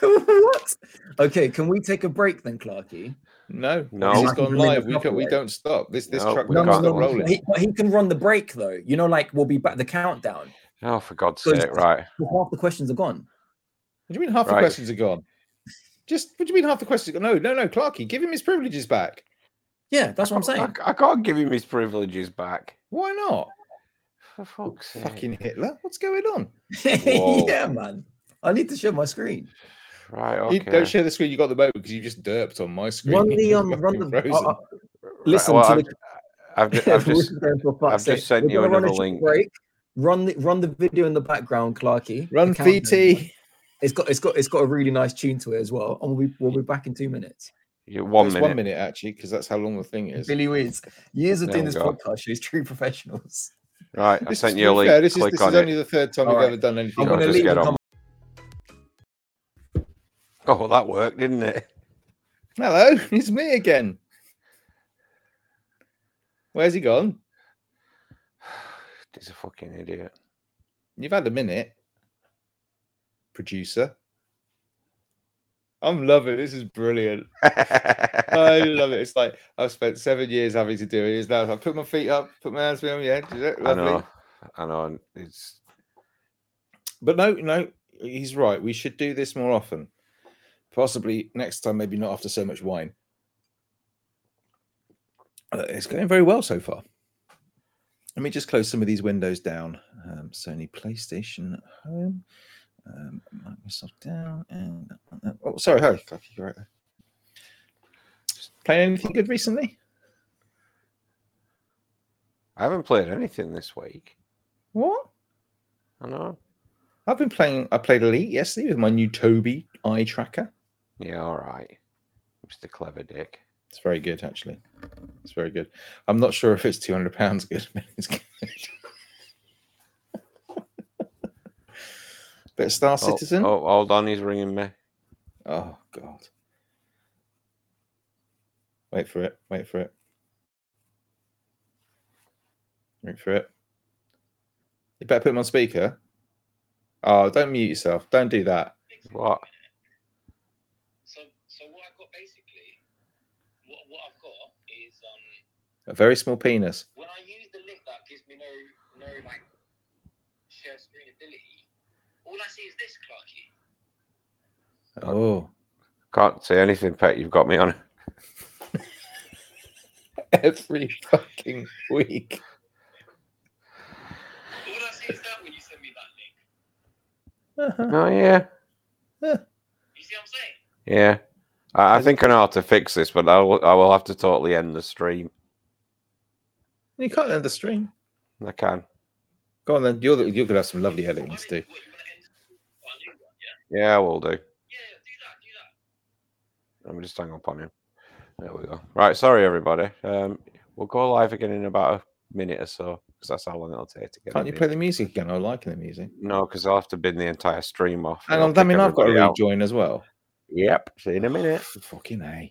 D: what? Okay, can we take a break then, Clarky?
B: No,
C: No.
B: This has
D: I can
B: gone
D: run it
B: live. We,
D: another
B: can, we
D: way.
B: don't stop. This this
C: No,
B: truck
C: we
B: truck's
C: can't
B: not
C: do it.
B: rolling.
D: He, but he can run the break though. You know, like we'll be back the countdown.
C: Oh, for God's
D: So-
C: sake! Right.
D: Half the questions are gone.
B: What do you mean half the
C: Right.
B: questions are gone? Just what do you mean half the questions? No, no, no, Clarky, give him his privileges back.
D: Yeah, that's what I'm saying.
C: I, I can't give him his privileges back.
B: Why not?
C: For fuck's sake.
B: Fucking Hitler, what's going on?
D: (laughs)
C: Whoa.
D: yeah, man. I need to share my screen.
C: Right.
B: You
C: Okay.
B: don't share the screen you got at the moment because you just derped on my screen.
D: Run the
B: (laughs) You're
C: (laughs)
D: um, run
B: fucking
D: the.
B: frozen.
D: uh, uh,
C: Right,
D: listen
C: well,
D: to
C: I've,
D: the-
B: (laughs)
C: I've, ju- I've just.
D: (laughs) We're going for fuck's
C: I've just
D: sake.
C: sent
D: We're
C: you
D: gonna run a
C: another
D: short
C: link.
D: Break. Run the run the video in the background, Clarky. the
B: Run
D: countdown.
B: VT.
D: It's got it's got it's got a really nice tune to it as well, and we'll be we'll be back in two minutes.
C: you- One
B: It's
C: minute.
B: one minute actually, because that's how long the thing is.
D: Billy Wiz, years of
C: There
D: doing
C: we
D: this
C: go.
D: podcast shows true professionals.
C: Right. I
B: This
C: sent
B: is-
C: you a
B: to be
C: link.
B: fair, This is,
C: Click
B: this
C: on
B: is
C: it.
B: only the third time
D: All
B: we've
D: right.
B: ever done anything.
D: I'm
C: I'll
B: like
D: gonna
C: just
B: this.
D: leave
C: get
D: and
C: on.
D: come.
C: Oh, well, that worked, didn't it?
B: Hello, (laughs) it's me again. Where's he gone?
C: He's a fucking (laughs) idiot.
B: You've had a minute, producer. I'm loving it. this. is brilliant. I
C: (laughs)
B: love it. It's like I've spent seven years having to do it. It's now I put my feet up, put my hands behind my head. Is it
C: I
B: lovely?
C: know. I know. and It's
B: But no, no, he's right. We should do this more often. Possibly next time, maybe not after so much wine. Uh, It's going very well so far. Let me just close some of these windows down. Um, Sony PlayStation at home, um, Microsoft down, and uh, oh, sorry, hi, Clarky, you're right there. Playing anything good recently?
C: I haven't played anything this week.
B: What?
C: I know.
B: I've been playing. I played Elite yesterday with my new Toby eye tracker.
C: Yeah, all right. Mr. Clever Dick.
B: It's very good, actually. It's very good. I'm not sure if it's two hundred pounds good, (laughs) but it's good. Bit of Star
C: Oh,
B: Citizen. Oh,
C: Oh, hold on, he's ringing me.
B: God! Wait for it. Wait for it. Wait for it. You better put him on speaker. Oh, don't mute yourself. Don't do that.
C: What?
A: So, so what I've got basically, what, what I've got is um,
B: A very small penis.
A: when I use the link that gives me no no like share screen ability, all I see is this, Clarky.
B: Oh. (laughs)
C: Can't say anything, Pet. You've got me on.
B: Every fucking week.
A: All I see is that when you send me that link.
B: Uh-huh.
C: Oh, yeah.
A: You see what I'm saying?
C: Yeah. I, I think I know how to fix this, but I will, I will have to totally end the stream.
B: You can't end the stream.
C: I can.
B: Go on then. You're the, you're gonna have some lovely editing
A: What
B: to do.
A: is- what, you wanna end- what, I'll do that, yeah?
C: Yeah, I will do.
A: yeah, yeah, do that, do that.
C: Let me just hang up on him. There we go. Right. Sorry, everybody. Um, we'll go live again in about a minute or so because that's how long it'll take to get.
B: Can't
C: it
B: you
C: in.
B: play the music again? I like the music.
C: No, because I'll have to bin the entire stream off.
B: Hang
C: It'll
B: on, I
C: kick
B: mean I've got to
C: everybody out.
B: rejoin as well.
C: Yep. See you in a minute.
B: Fucking A.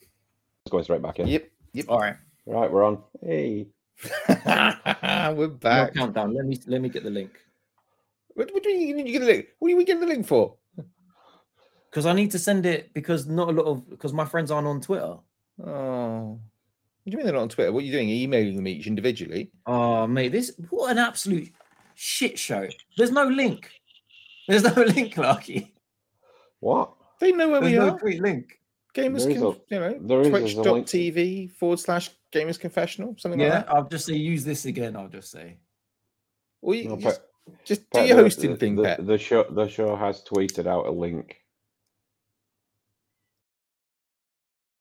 B: (laughs)
C: It's going straight back in.
B: Yep. Yep.
D: All right,
C: Right, we're on. Hey.
B: We're
D: no
B: back.
D: countdown. Let me let me get the link
B: What, what do you mean you get the link? What are we getting the link for?
D: because I need to send it because not a lot of because my friends aren't on Twitter.
B: Oh. What do you mean they're not on Twitter? What are you doing? Emailing them each individually?
D: Oh mate, this what an absolute shit show. There's no link. There's no (laughs) link, Clarky.
C: What?
B: They know where
D: There's
B: we
D: no
B: are.
D: free link.
B: Gamers,
C: There is
B: conf-
C: a-
B: you
C: there
B: know,
C: is- there's a link.
B: twitch.tv forward slash gamers confessional, something
D: Yeah,
B: like that.
D: I'll just say use this again. I'll just say.
B: Or you
C: No,
B: just,
C: Pet-
B: just do
C: Pet,
B: your
C: the-
B: hosting
C: the,
B: thing,
C: the,
B: Pet.
C: The show, the show has tweeted out a link.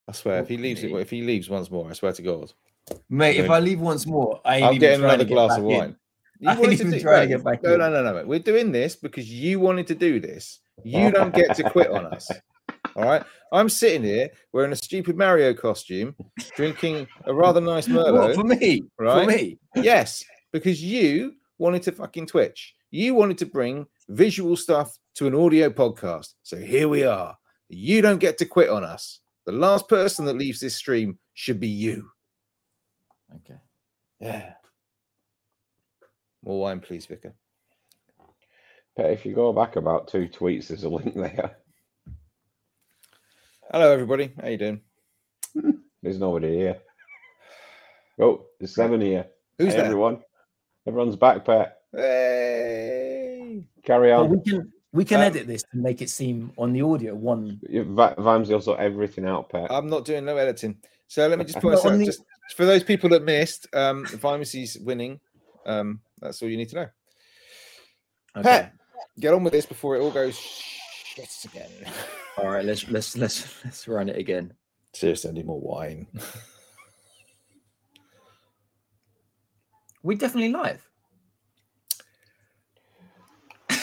B: I swear, if he leaves it,
D: Okay.
B: if he leaves once more, I swear to God,
D: Mate, if
B: Okay.
D: I leave once more, I ain't
B: I'm
D: even
B: getting
D: trying to
B: another
D: get
B: glass
D: back
B: of
D: in.
B: wine.
D: (laughs) I ain't even trying to get back
B: no,
D: in.
B: no, no, no, mate. We're doing this because you wanted to do this.
D: Oh.
B: You don't get to quit on
D: (laughs)
B: us. All right. I'm sitting here wearing a stupid Mario costume, drinking a rather nice
D: What, for
B: Merlot.
D: me?
B: right?
D: For me?
B: Yes, because you wanted to fucking Twitch. You wanted to bring visual stuff to an audio podcast. So here we are. You don't get to quit on us. The last person that leaves this stream should be you.
D: Okay.
B: Yeah. More wine, please, Vicar.
C: Pet, if you go back about two tweets, there's a link there. (laughs)
B: Hello, everybody. How you doing?
C: There's nobody here. Oh, there's seven here.
B: Who's
C: Hey,
B: there?
C: everyone? Everyone's back, Pet.
B: Hey.
C: Carry
D: Well,
C: on.
D: Oh, we can we can
B: uh,
D: edit this to make it seem on the audio one.
C: Yeah, Va- Vamsy also everything out, Pet.
B: I'm not doing no editing. So let me just put
D: Not
B: us out.
D: on the-
B: Just for those people that missed, um, Vimacy's winning. Um, that's all you need to know.
D: Okay.
B: Get on with this before it all goes shit again. (laughs)
D: All right. Let's let's let's (laughs) let's run it again.
B: Seriously, I need more wine.
D: We definitely live.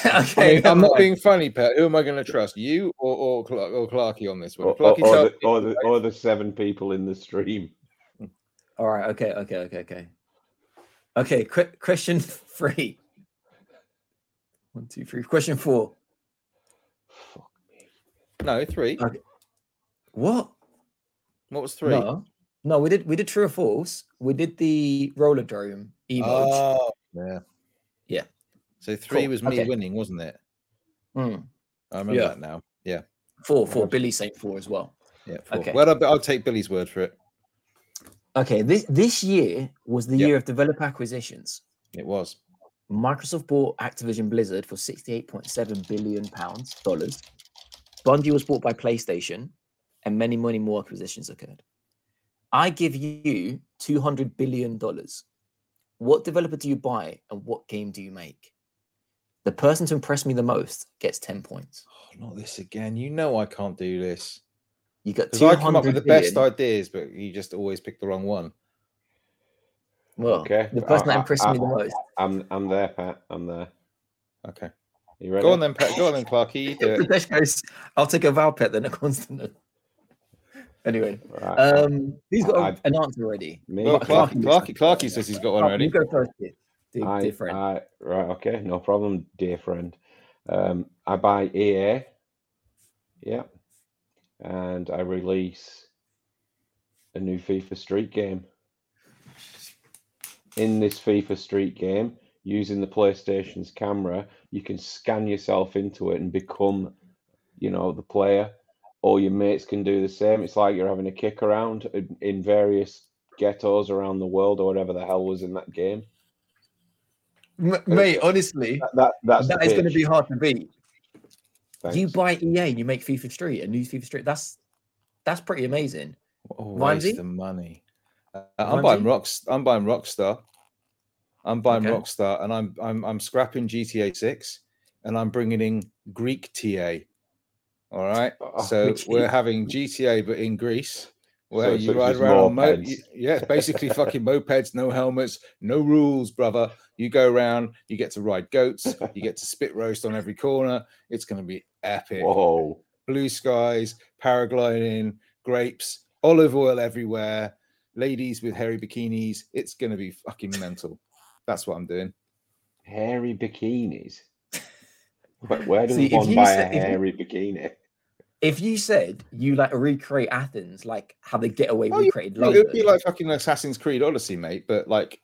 B: I
D: (laughs) okay.
B: am
D: never
B: not
D: mind.
B: being funny, Pat. Who am I going to trust, you or or, Clark, or Clarky on this one?
C: Or,
B: If
C: or,
B: Clarky
C: or
B: tells
C: the,
B: me-
C: or, the, or the seven people in the stream.
D: All right. Okay. Okay. Okay. Okay. Okay. Qu- question (laughs) three. One, two, three. Question four.
C: Fuck.
B: no three.
D: Uh, What?
B: What was three?
D: No. No, we did we did true or false. We did the roller dome emoji.
B: Oh, yeah,
D: Yeah.
B: So three
D: Cool.
B: was me
D: Okay.
B: winning, wasn't it?
D: Mm.
B: I remember
D: Yeah.
B: that now.
D: Four, four. Billy Saint Four as well.
B: Yeah. four.
D: Okay.
B: Well, I'll, I'll take Billy's word for it.
D: Okay, this this year was the
B: Yeah.
D: year of developer acquisitions.
B: It was.
D: Microsoft bought Activision Blizzard for sixty-eight point seven billion pounds dollars. Bungie was bought by PlayStation, and many, many more acquisitions occurred. I give you two hundred billion dollars. What developer do you buy, and what game do you make? The person to impress me the most gets ten points.
B: Oh, not this again. You know I can't do this.
D: You got
B: Because I come up with the
D: 200
B: best
D: billion.
B: ideas, but you just always pick the wrong one.
D: Well,
C: Okay,
D: the person
B: Uh,
C: I-
D: that
C: I-
D: impressed me the most.
C: I'm I'm there, Pat. I'm there.
B: Okay.
C: You ready?
B: Go on then, Pat. Go on then, Clarky. You
D: (laughs)
B: do it.
D: Pradesh goes, I'll take a Valpet then (laughs) a consonant. Anyway,
C: Right.
B: Uh,
D: um, who's got a-
C: I-
D: an answer already?
C: me.
B: Well,
D: Clarky
B: Clarky,
D: looks
B: Clarky,
D: like-
B: Clarky says he's got one
D: Oh, You
B: already. uh,
D: go first. Di- Di-
C: I-
D: different.
C: I- right. Okay. No problem, dear friend. Um, I buy EA. Yeah. And I release a new FIFA Street game. In this FIFA Street game, using the PlayStation's camera, you can scan yourself into it and become, you know, the player. All your mates can do the same. It's like you're having a kick around in- in various ghettos around the world or whatever the hell was in that game.
D: M- mate, honestly,
C: That, that that's
D: that
C: the
D: is going to
C: pitch.
D: be hard to beat. You
C: Thanks.
D: buy EA, you make FIFA Street, a new FIFA Street. That's that's pretty amazing.
B: What a Oh, waste
D: Vimesy?
B: of money. Uh, I'm buying
D: Vimesy?
B: rocks. I'm buying Rockstar. I'm buying
D: Okay.
B: Rockstar, and I'm I'm I'm scrapping GTA Six, and I'm bringing in Greek TA. All right,
C: Oh,
B: so
D: gee.
B: we're having GTA, but in Greece, where
C: So- so
B: you
C: it's
B: ride
C: just
B: around on mo-
C: mopeds.
B: y- yeah, it's basically fucking mopeds, no helmets, no rules, brother. You go around, you get to ride goats, you get to spit roast on every corner. It's going to be epic
C: Whoa!
B: blue skies, paragliding, grapes, olive oil everywhere, ladies with hairy bikinis. It's going to be fucking mental. That's what I'm doing.
C: Hairy bikinis.
D: (laughs)
C: Where, where does
D: See, if
C: one
D: you
C: buy a
D: said- if you-
C: hairy bikini?
D: If you said you like recreate Athens, like how the getaway
B: Oh, yeah,
D: recreated
B: It
D: London,
B: would be like fucking Assassin's Creed Odyssey, mate, but like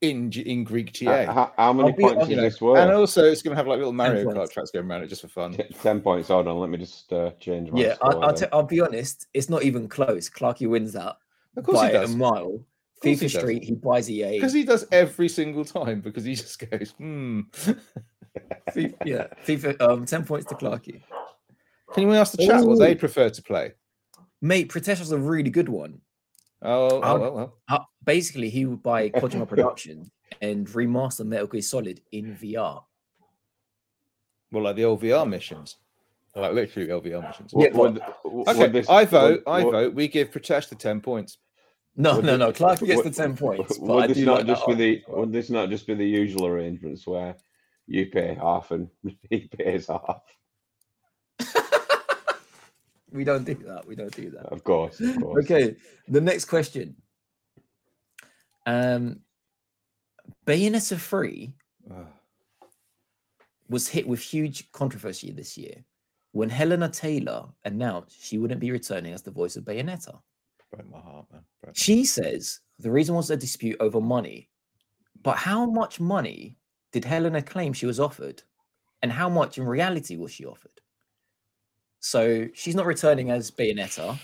B: in G- in Greek
C: Uh,
B: TA.
C: ho- how many
D: I'll be
C: points
D: honest-
C: is this
B: and
C: worth?
B: also, it's going to have like little Mario
D: points.
B: Kart tracks going around it just for fun.
C: T- Ten points. Hold on, let me just uh, change my.
D: yeah, I,
C: score
D: I'll,
C: then.
D: t- I'll be honest, it's not even close. Clarky wins that
B: Of course
D: by
B: he
D: a
B: does.
D: mile.
B: course he
D: FIFA
B: does.
D: Street, he buys E EA.
B: Because he does every single time because he just goes, hmm.
D: FIFA, yeah, FIFA. Um, ten points to Clarky.
B: Can we ask the chat what
D: Ooh.
B: they prefer to play?
D: Mate, Pratesh was a really good one.
B: Oh, oh,
D: Um,
B: well, well.
D: Uh, basically, he would (laughs) buy Kojima Production and remaster Metal Gear Solid in VR.
B: Well, like the LVR missions, like literally LVR missions.
C: Would-
D: yeah, but-
C: would- w-
B: Okay,
C: would this-
B: I vote.
C: would-
B: I
C: would-
B: vote. We give Pratesh the ten points.
D: No,
C: Would
D: no,
C: it-
D: no. Clarky gets the
C: would-
D: ten (laughs) points. But
C: (laughs)
D: I
C: Would this
D: do
C: not
D: like that
C: just be
D: argument
C: the?
D: as well.
C: Would this not just be the usual arrangements where you pay half and (laughs) he pays half?
D: We don't do that. We don't do that.
C: Of course, of course.
D: Okay, the next question. Um, Bayonetta three
B: Ugh.
D: was hit with huge controversy this year when Helena Taylor announced she wouldn't be returning as the voice of Bayonetta.
B: Broke my heart, man. Broke my-
D: She says the reason was a dispute over money. But how much money did Helena claim she was offered? And how much in reality was she offered? So she's not returning as Bayonetta.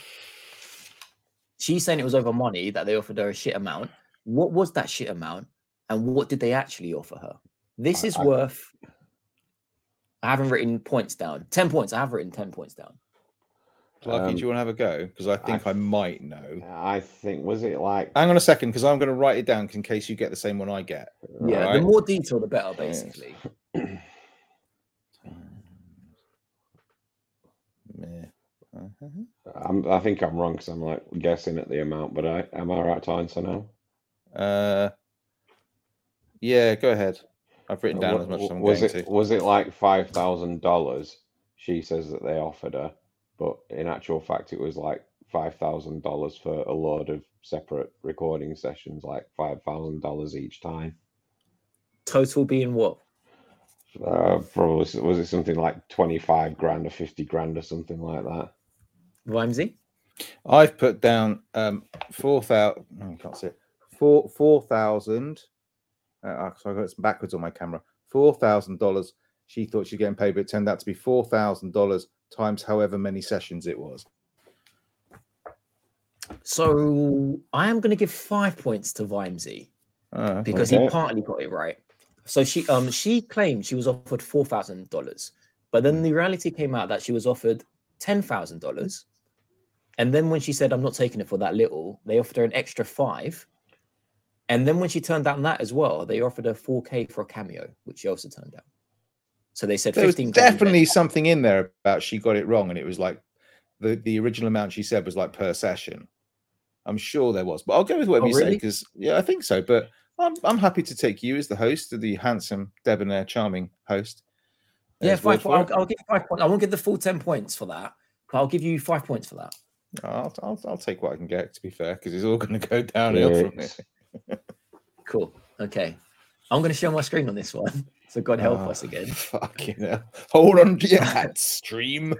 D: She's saying it was over money that they offered her a shit amount. What was that shit amount? And what did they actually offer her? This
C: I-
D: is
C: I-
D: worth. I haven't written points down. 10 points. I have written 10 points down.
B: Clarky,
C: Um,
B: do you want to have a go? Because I think I, might know.
C: I think was it like
B: Hang on a second, because I'm going to write it down in case you get the same one I get.
D: Yeah,
B: Alright.
D: the more detail, the better,
C: Okay.
D: basically.
B: Yeah. Uh-huh.
C: I'm, I think I'm wrong because I'm like guessing at the amount, but I am I right to answer now?
B: Uh, yeah, go ahead. I've written
C: Uh,
B: down
C: wa-
B: as much as I'm
C: was
B: going
C: it
B: to.
C: was it like five thousand dollars? She says that they offered her, but in actual fact, it was like five thousand dollars for a load of separate recording sessions, like five thousand dollars each time.
D: Total being what?
C: Uh, probably s- was it something like twenty five grand or fifty grand or something like that.
D: Rhymesy?
B: I've put down um four thousand. I can't see it. Four four thousand. Uh, ah, so I got it backwards on my camera. Four thousand dollars. She thought she was getting paid, but it turned out to be four thousand dollars times however many sessions it was.
D: So I am going to give five points to Vimesy
B: Uh,
D: because he
C: Okay.
D: partly got it right. So she um she claimed she was offered four thousand dollars, but then the reality came out that she was offered ten thousand dollars, and then when she said I'm not taking it for that little, they offered her an extra five, and then when she turned down that as well, they offered her four k for a cameo, which she also turned down. So they said
B: there was
D: fifteen. grand.
B: definitely something in there about she got it wrong, and it was like the the original amount she said was like per session. I'm sure there was, but I'll go with whatever
D: Oh,
B: you say
D: really?
B: because yeah, I think so. But I'm I'm happy to take you as the host, the handsome, debonair, charming host.
D: Yeah,
B: There's word
D: five.
B: for
D: I'll,
B: it.
D: I'll give five points. I won't give the full ten points for that, but I'll give you five points for that.
B: I'll, I'll, I'll take what I can get, to be fair, because it's all going to go downhill from here. (laughs)
C: Yes.
D: Cool. Okay. I'm going to share my screen on this one. (laughs) So God help
B: Ah,
D: us again.
B: Fucking hell. Hold on to your hat,
D: (laughs)
B: stream.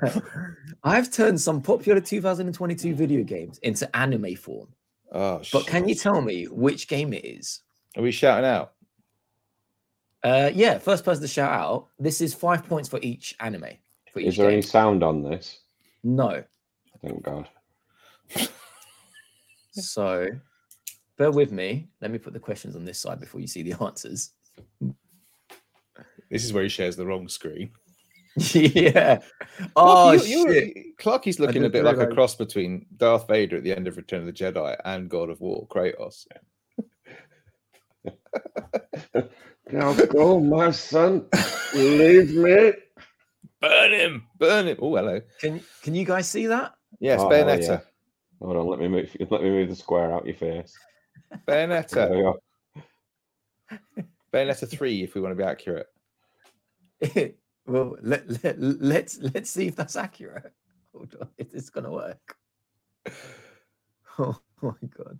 D: I've turned some popular 2022 video games into anime form,
B: Oh,
D: but can you
B: shit.
D: tell me which game it is?
B: Are we shouting out?
D: Uh, yeah, first person to shout out. This is five points for each anime. For each
C: Is there
D: game.
C: any sound on this?
D: No.
C: Thank God.
D: So bear with me. Let me put the questions on this side before you see the (laughs) answers.
B: This is where he shares the wrong screen.
D: yeah. Oh,
B: Oh,
D: shit.
B: Clarky's looking a
D: didn't
B: bit like a
D: realise.
B: cross between Darth Vader at the end of Return of the Jedi and God of War, Kratos.
C: Now go,
B: (laughs)
C: my son. Leave me.
B: Burn him! Burn him! Oh, hello.
D: Can, can you guys see that?
B: Yes,
C: Oh, hell
B: Bayonetta.
C: Hold on, let me move. (laughs) Let me move the square out your face. There
D: (laughs)
B: Bayonetta.
C: we go.
B: Bayonetta 3, if we want to be accurate.
D: (laughs) well, let, let, let's let's see if that's accurate. Hold on, if it's gonna work. (laughs) Oh, my god.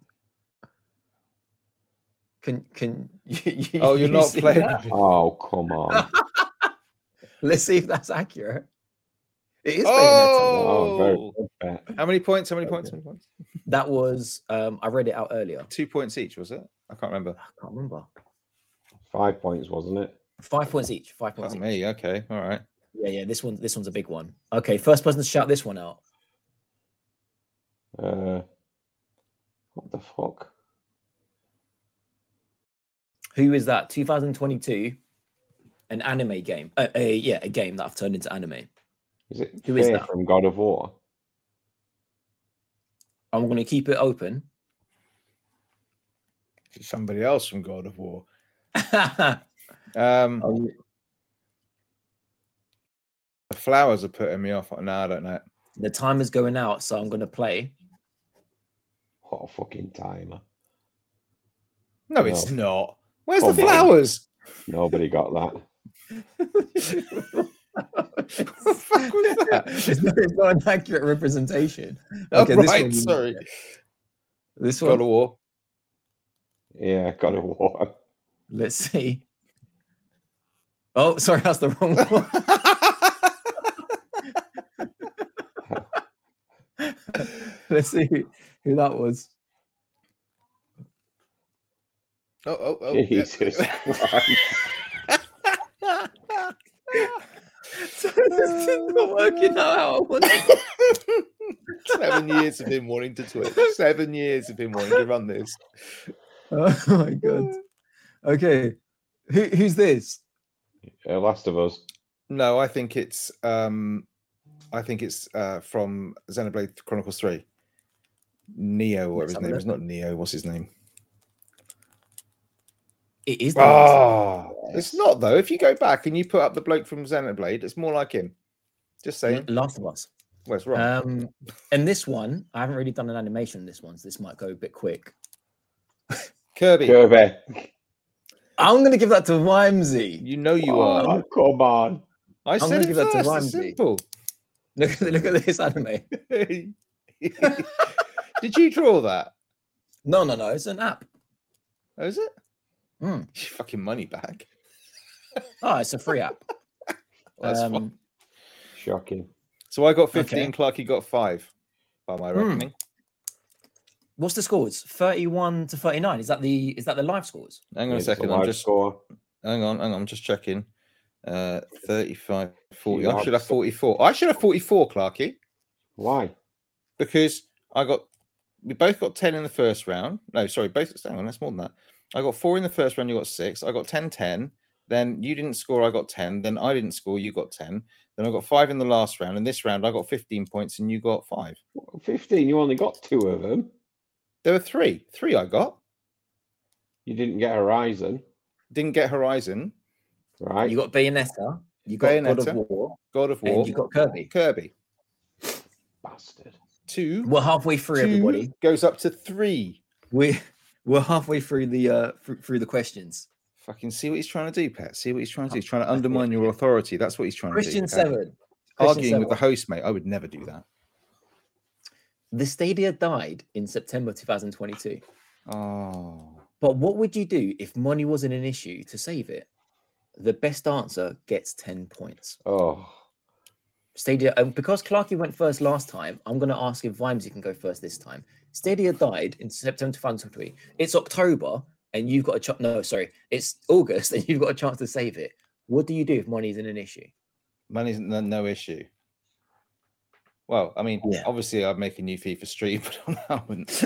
D: Can can (laughs) you, you-
B: Oh, you're
D: you (laughs)
B: not
D: see
B: playing.
D: that?
B: with it.
C: Oh come on.
B: (laughs)
D: Let's see if that's accurate. It is Bayonetta.
C: very
B: Oh!
C: good bet.
B: How many points? How many
C: Okay.
B: points? How many points?
D: That was um, I read it out earlier.
B: Two points each, was it? I can't remember.
D: I can't remember.
C: Five points, wasn't it?
D: Five points each. Five points
B: Oh,
D: each.
B: me. Okay. All right.
D: Yeah, yeah. This one, this one's a big one. Okay, first person to shout this one out.
C: Uh, what the fuck?
D: Who is that? 2022, an anime game. Uh, a, yeah, a game that I've turned into anime.
C: Is it
D: Who is
C: Faye
D: that?
C: from God of War?
D: I'm going to keep it (laughs) open.
B: Somebody else from God of War.
D: Oh,
B: Um,
D: you-
B: The flowers are putting me off. No, I don't know.
D: the timer's going out, so I'm going to (laughs) play.
C: What a fucking timer!
B: No, it's not. Where's
C: Come
B: the
C: on.
B: flowers? (laughs)
C: Nobody got that.
B: What the fuck
D: (laughs)
B: was that?
D: it's, not, it's not an accurate representation.
B: Oh,
D: Okay, this
B: right,
D: one you-
B: sorry.
D: This
B: God of
D: one,
B: War.
C: Yeah, God of War.
D: let's see. Oh, sorry, that's the (laughs) wrong one. Let's see who, who that was.
B: (laughs) Oh, oh, oh. yeah.
C: (laughs) Jesus Christ.
D: So this is not working out how I want it.
B: (laughs) Seven years of him wanting to twitch. Seven years of him wanting to run this.
D: (laughs) Oh my god. Okay. Who, who's this?
C: Uh, Last of Us.
B: No, I think it's um I think it's uh from Xenoblade Chronicles 3. Neo, whatever his
D: have a
B: name is. Not Neo, what's his name?
D: It is the last one.
B: Ah, it's not though. If you go back and you put up the bloke from Xenoblade, it's more like him. Just saying.
D: The Last of Us.
B: Well, it's wrong.
D: Um, and this one, I haven't really done an animation on this one, so this might go a bit quick.
B: Kirby,
C: Kirby.
D: I'm gonna give that to Wimsy.
B: you know you are.
C: Oh, come on.
B: I
D: I'm
B: said
D: gonna
B: it
D: give
B: first.
D: that to
B: it's
D: Ramsey.
B: simple.
D: (laughs)
B: (laughs)
D: Look at look at this anime.
B: Did you draw that?
D: No, no, no, it's an app.
B: Oh, is it?
D: Mm.
B: You fucking money back.
D: Oh, it's a free app.
B: Well, (laughs) that's fine.
D: Um,
C: Shocking.
B: So I got 15,
D: okay.
B: Clarky got five, by my
D: Hmm.
B: reckoning.
D: what's the scores? 31 to 39. Is that the is that the live scores?
B: Hang on a
C: It's
B: second. I'm
C: live
B: just
C: score.
B: hang on, hang on, I'm just checking. Uh 35, 40.
C: You
B: I
C: are-
B: should have 44. I should have 44, Clarky,
C: Why?
B: because I got we both got 10 in the first round. No, sorry, both hang on, that's more than that. I got four in the first round, you got six. I got 10, 10. Then you didn't score, I got 10. Then I didn't score, you got 10. Then I got five in the last round. And this round I got 15 points and you got five.
C: 15. You only got two of them.
B: There were three. Three I got.
C: You didn't get Horizon,
B: Didn't get Horizon,
C: right?
D: You got Bayonetta, you got God
B: Bayonetta,
D: of War,
B: God of War,
D: and you got Kirby.
B: Kirby.
C: bastard.
B: Two
D: We're halfway through,
B: two
D: everybody.
B: goes up to three.
D: We we're halfway through the uh through, through the questions.
B: Fucking see what he's trying to do, Pat. See what he's trying to do. He's trying to
D: That's it.
B: undermine your authority. That's what he's trying
D: Christian
B: to do. Pat.
D: Seven. Christian
B: Arguing with the host, mate. I would never do that.
D: The Stadia died in September 2022.
B: Oh.
D: But what would you do if money wasn't an issue to save it? The best answer gets 10 points.
B: (laughs)
C: Oh,
D: Stadia, uh, because Clarky went first last time, I'm going to ask if Vimesy can go first this time. Stadia died in September 2023. It's October and you've got a chance. No, sorry. It's August (laughs) and you've got a chance to save it. What do you do if money isn't an issue?
B: Money's no, no issue. Well, I mean,
D: Yeah.
B: obviously I'd make a new FIFA stream, (laughs) but I
D: (laughs)
B: wouldn't.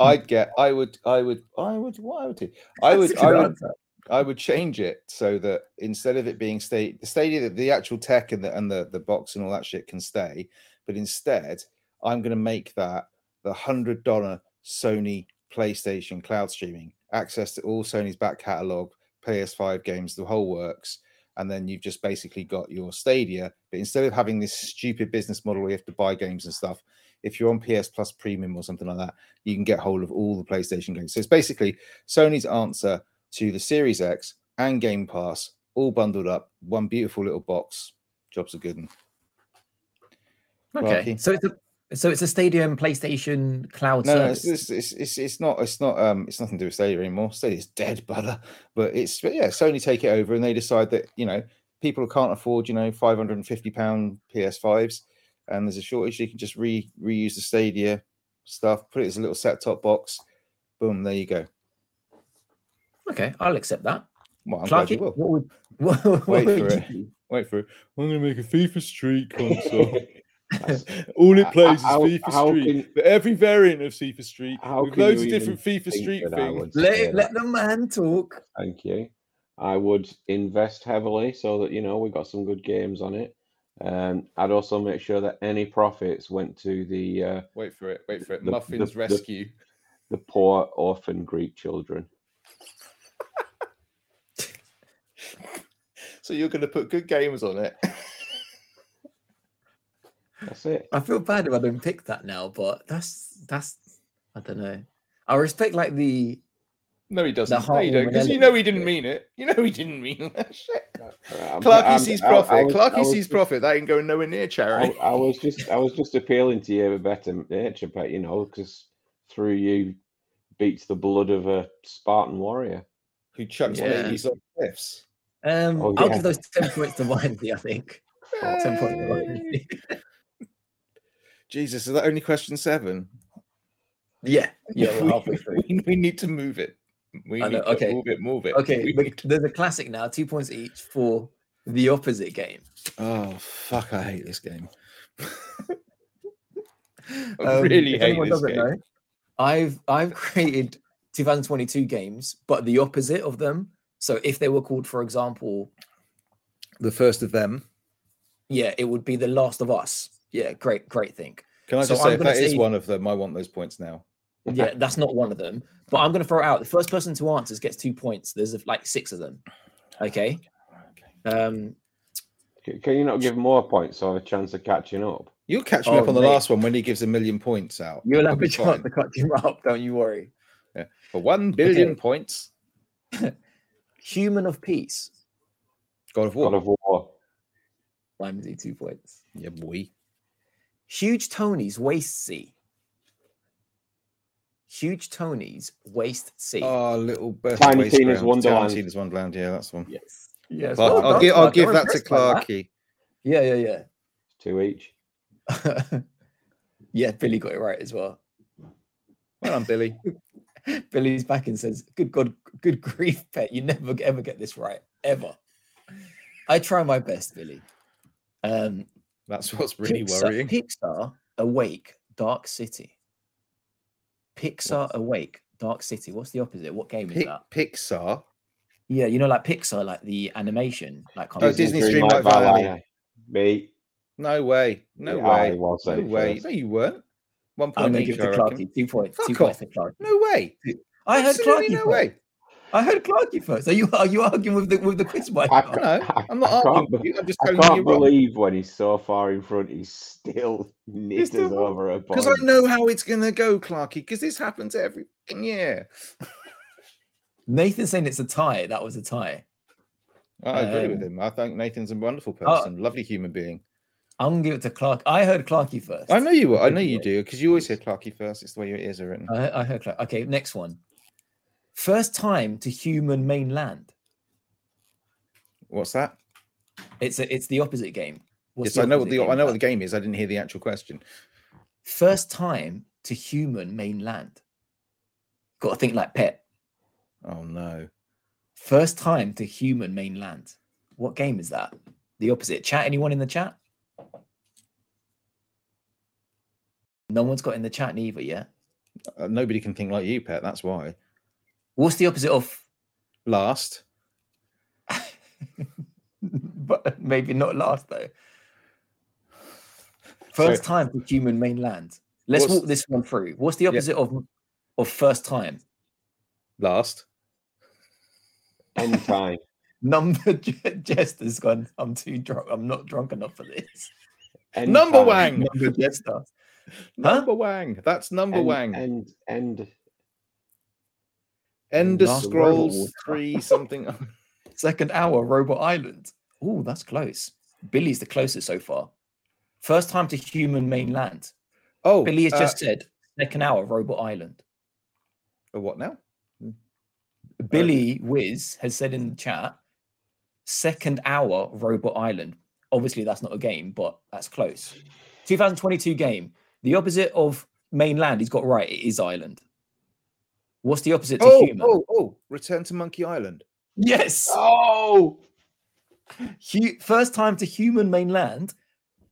B: I'd get I would I would I would what I would do. I would I would I would change it so that instead of it being state the stadia, the, the actual tech and the and the, the box and all that shit can stay, but instead I'm gonna make that the hundred dollar Sony PlayStation cloud streaming, access to all Sony's back catalog, PS5 games, the whole works. And then you've just basically got your stadia, but instead of having this stupid business model where you have to buy games and stuff, if you're on PS Plus Premium or something like that, you can get hold of all the PlayStation games. So it's basically Sony's answer to the Series X and Game Pass, all bundled up, one beautiful little box. Jobs are good. un.
D: Okay.
B: Clarky.
D: So it's a, so it's a Stadium PlayStation cloud
B: No, no,
D: service.
B: it's, it's it's it's it's not it's not um it's nothing to do with Stadia anymore. Stadia's dead, (laughs) butter. But it's but yeah, Sony take it over and they decide that you know people can't afford you know five hundred and fifty pound PS5s, and there's a shortage. You can just re reuse the Stadia stuff, put it as a little set top box. Boom, there you go.
D: Okay. I'll accept that.
B: Well, I'm glad
D: Clarky,
B: you
D: what
B: will.
D: would, (laughs) what, what
B: Wait
D: would
B: for
D: you
B: it.
D: do?
B: Wait for it. I'm gonna make a FIFA
C: (laughs)
B: Street console. (laughs)
C: That's-
B: All it
C: Uh,
B: plays is
C: how-
B: FIFA
C: how
B: Street,
C: can-
B: but every variant of FIFA Street
C: How
B: with
C: can
B: loads of
C: you even
B: different FIFA
C: think
B: Street
C: that I
B: things.
C: would say
D: Let,
C: that?
D: let the man talk.
C: Thank you. I would invest heavily so that you know we got some good games on it. Um, I'd also make sure that any profits went to the uh,
B: Wait for it. Wait for it.
C: The-
B: Muffins
C: the- the-
B: Rescue.
C: the poor orphan Greek children.
B: So you're going to put good games on it. (laughs)
C: That's it.
D: I feel bad if I don't pick that now, but that's that's I don't know. I respect like the
B: No, he doesn't. No,
D: heart
B: you don't, because you
D: element.
B: know he didn't mean it. You know he didn't mean that shit.
C: Uh, I'm-
B: Clarky
C: I'm-
B: sees
C: I- I
B: profit.
C: was- I
B: Clarky
C: was
B: sees
C: just-
B: profit. That ain't going nowhere near
C: I,
B: charity.
C: I was just, I was just appealing to you with better eh, nature, but you know, because through you beats the blood of a Spartan warrior.
B: who chucks
D: Yeah.
B: babies on cliffs.
D: Um,
C: Oh,
D: I'll
C: yeah.
D: give those 10 points to Wiley, I think. 10 points to Wiley.
B: Jesus, is that only question seven?
D: (laughs) yeah, yeah,
B: We-
D: we're halfway through.
B: We, (laughs) we need to move it. We
D: I
B: need
D: know,
B: to
D: okay.
B: move it, move it. (laughs)
D: Okay,
B: We
D: the-
B: need-
D: there's a classic now, two points each for the opposite game.
B: Oh fuck! I hate this game. I
D: Um,
B: really
D: if
B: hate
D: anyone
B: this
D: doesn't
B: game.
D: know, I've I've created 2022 games, but the opposite of them. So if they were called, for example,
B: The first of them.
D: yeah, it would be The Last of Us. Yeah, great, great thing.
B: Can I
D: So
B: just say
D: I'm
B: if
D: gonna
B: that is
D: say-
B: one of them? I want those points now.
D: Yeah, that's not one of them. But I'm gonna throw it out. The first person to answer gets two points. There's like six of them. Oh, Okay. Um
C: C- Can you not give more points so I have a chance of catching up?
B: You'll catch me
D: Oh,
B: up on the
D: mate.
B: last one when he gives a million points out.
D: you'll
B: I'll
D: have
B: be
D: a chance
B: fine.
D: to cut him up, don't you worry.
B: for one billion
D: Okay.
B: points.
D: Human of Peace.
B: God of War.
C: God of War.
D: Limesy two points.
B: Yeah, boy.
D: Huge Tony's Waste Sea. Huge Tony's Waste Sea.
B: Oh, little birthday
C: Tiny
B: waste
C: Tina's
B: ground.
C: Wonderland.
B: Tiny Tina's Wonderland. Yeah, that's the one.
D: Yes. Yes.
B: But
D: well
B: I'll,
D: done,
B: give, I'll
D: Clark.
B: give
D: You're
B: that to
D: impressed by that.
B: Clarky.
D: Yeah, yeah,
C: Two each.
D: yeah. (laughs) yeah, Billy got it right as well.
B: Well done, Billy.
D: (laughs) Billy's back and says, "Good God, good grief, pet! You never g- ever get this right, ever." I try my best, Billy. Um,
B: That's what's really
D: Pixar,
B: worrying.
D: Pixar Awake Dark City. Pixar Awake Dark City. What's the opposite? What game is
B: Pic-
D: that?
B: Pixar.
D: Yeah, you know, like Pixar, like the animation, like
B: Oh, Disney Streamlight Valley.
C: Me.
B: No way. No
C: Yeah, I
B: way.
C: was
B: No
C: saying
B: way.
C: first.
B: No, you weren't. One
D: I'm
B: point
D: going to
B: each,
D: give
B: I
D: it to
B: reckon.
D: Clarky. Two points.
B: Fuck
D: Two points
B: off.
D: to Clarky.
B: No way.
D: I heard
B: Absolutely
D: Clarky.
B: no
D: first.
B: way.
D: I heard Clarky first. Are you are you arguing with the with the quiz mic?
C: I
D: now?
C: can't-
B: No,
C: I-
B: (laughs) I'm not
C: (laughs) I can't
B: arguing.
C: be-
B: with you, I'm just
C: I
B: telling you
C: can't
B: you're wrong.
C: believe when he's so far in front, he's
B: (laughs)
C: still knitters
B: still wrong.
C: over a point.
B: Because I know how it's going to go, Clarky, because this happens every fucking year.
D: Nathan's saying it's a tie. That was a tie.
B: I agree with
D: Um,
B: him. I think Nathan's a wonderful person, lovely human being.
D: I'm gonna give it to Clark. I heard Clarky first.
B: I know you were. I know
D: Good
B: you
D: boy.
B: do because you always hear Clarky first. It's the way your ears are written.
D: I, he- I heard Clark. Okay, next one. First time to human mainland.
B: What's that?
D: It's a, it's the opposite game. What's
B: yes, I know what
D: opposite
B: the
D: game
B: I know
D: of
B: what the
D: that?
B: game is. I didn't hear the actual question.
D: First time to human mainland. Got to think like pet.
B: Oh no!
D: First time to human mainland. What game is that? The opposite. Chat. Anyone in the chat? No one's got in the chat neither yet.
B: Uh, nobody can think like you, Pet. That's why.
D: What's the opposite of
B: Last,
D: (laughs) but maybe not last though. First time for human mainland. Let's
B: What's-
D: walk this one through. What's the opposite of of first time?
B: last.
C: End time.
D: Number (laughs) Je- jester's gone. I'm too drunk. I'm not drunk enough for this.
B: (laughs)
C: End
B: Number
C: time.
B: Wang.
D: Number jester.
B: Number Wang. That's Number
C: End,
B: Wang.
C: End, end.
B: Ender
D: Last
B: Scrolls
D: World.
B: Three
D: (laughs)
B: something. (laughs)
D: Second hour. Robot Island. Oh, that's close. Billy's the closest so far. First time to human mainland.
B: Oh,
D: Billy has
B: uh,
D: just said second hour. Robot Island.
B: a what now?
D: Billy
B: Um,
D: Wiz has said in the chat, second hour Robot Island. Obviously, that's not a game, but that's close. 2022 game. The opposite of mainland, he's got right. It is island. What's the opposite to
B: Oh,
D: human?
B: oh, oh! Return to Monkey Island.
D: (laughs) Yes.
C: Oh,
D: Hu- first time to human mainland,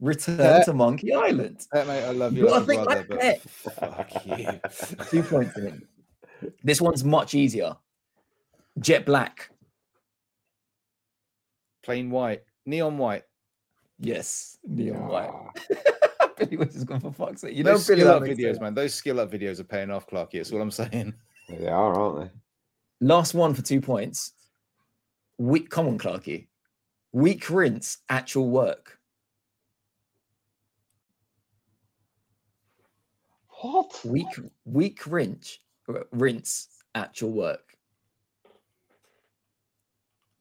D: return
B: Yeah.
D: to Monkey Island.
B: Pet, mate, I love you,
D: Well, Uh, I
B: like a
D: think
B: brother,
D: like
B: but
D: Pet.
B: fuck you.
D: Two points in it. This one's much easier. Jet Black.
B: (laughs) Plain white, neon white.
D: Yes. Neon White. (laughs)
C: Ah,
D: Billy Wiz has gone for fuck's sake. You know,
B: Those
D: Billy
B: skill up
D: that makes
B: videos,
D: sense.
B: man. Those skill up videos are paying off, Clarky. That's all I'm
D: (laughs)
B: saying.
C: They are, aren't
D: Last one for two points. Weak, come on, Clarky. Weak rinse, actual work.
C: they? What?
D: Weak, weak rinse, r- rinse, actual work.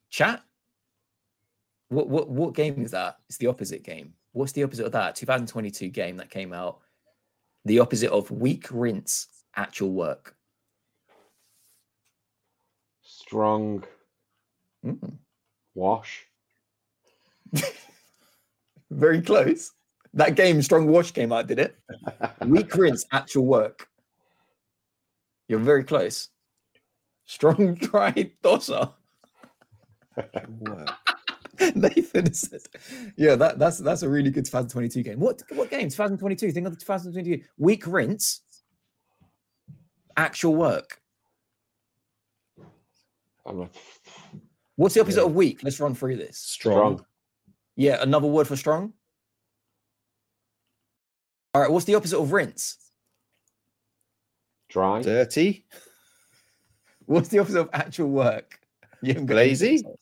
D: Chat. What what what game is that? It's the opposite game. What's the opposite of that? 2022 game that came out. The opposite of weak rinse, actual work.
C: strong
D: Mm,
C: wash.
D: very close. That game, Strong Wash, came out, did it? Weak rinse, actual work. You're very close. Strong (laughs) dry tosser. (laughs)
B: Work.
D: Nathan said, "Yeah, that, that's that's a really good 2022 game. What what game? 2022. Think of the 2022 weak rinse. Actual work.
C: (laughs) I'm a
D: What's the opposite
B: Yeah.
D: of weak? Let's run through this.
C: strong.
B: Strong.
D: Yeah, another word for strong. All right. What's the opposite of rinse?
C: dry.
B: Dirty.
D: What's the opposite of actual work? (laughs) You're gonna kick
B: Lazy?
D: yourselves.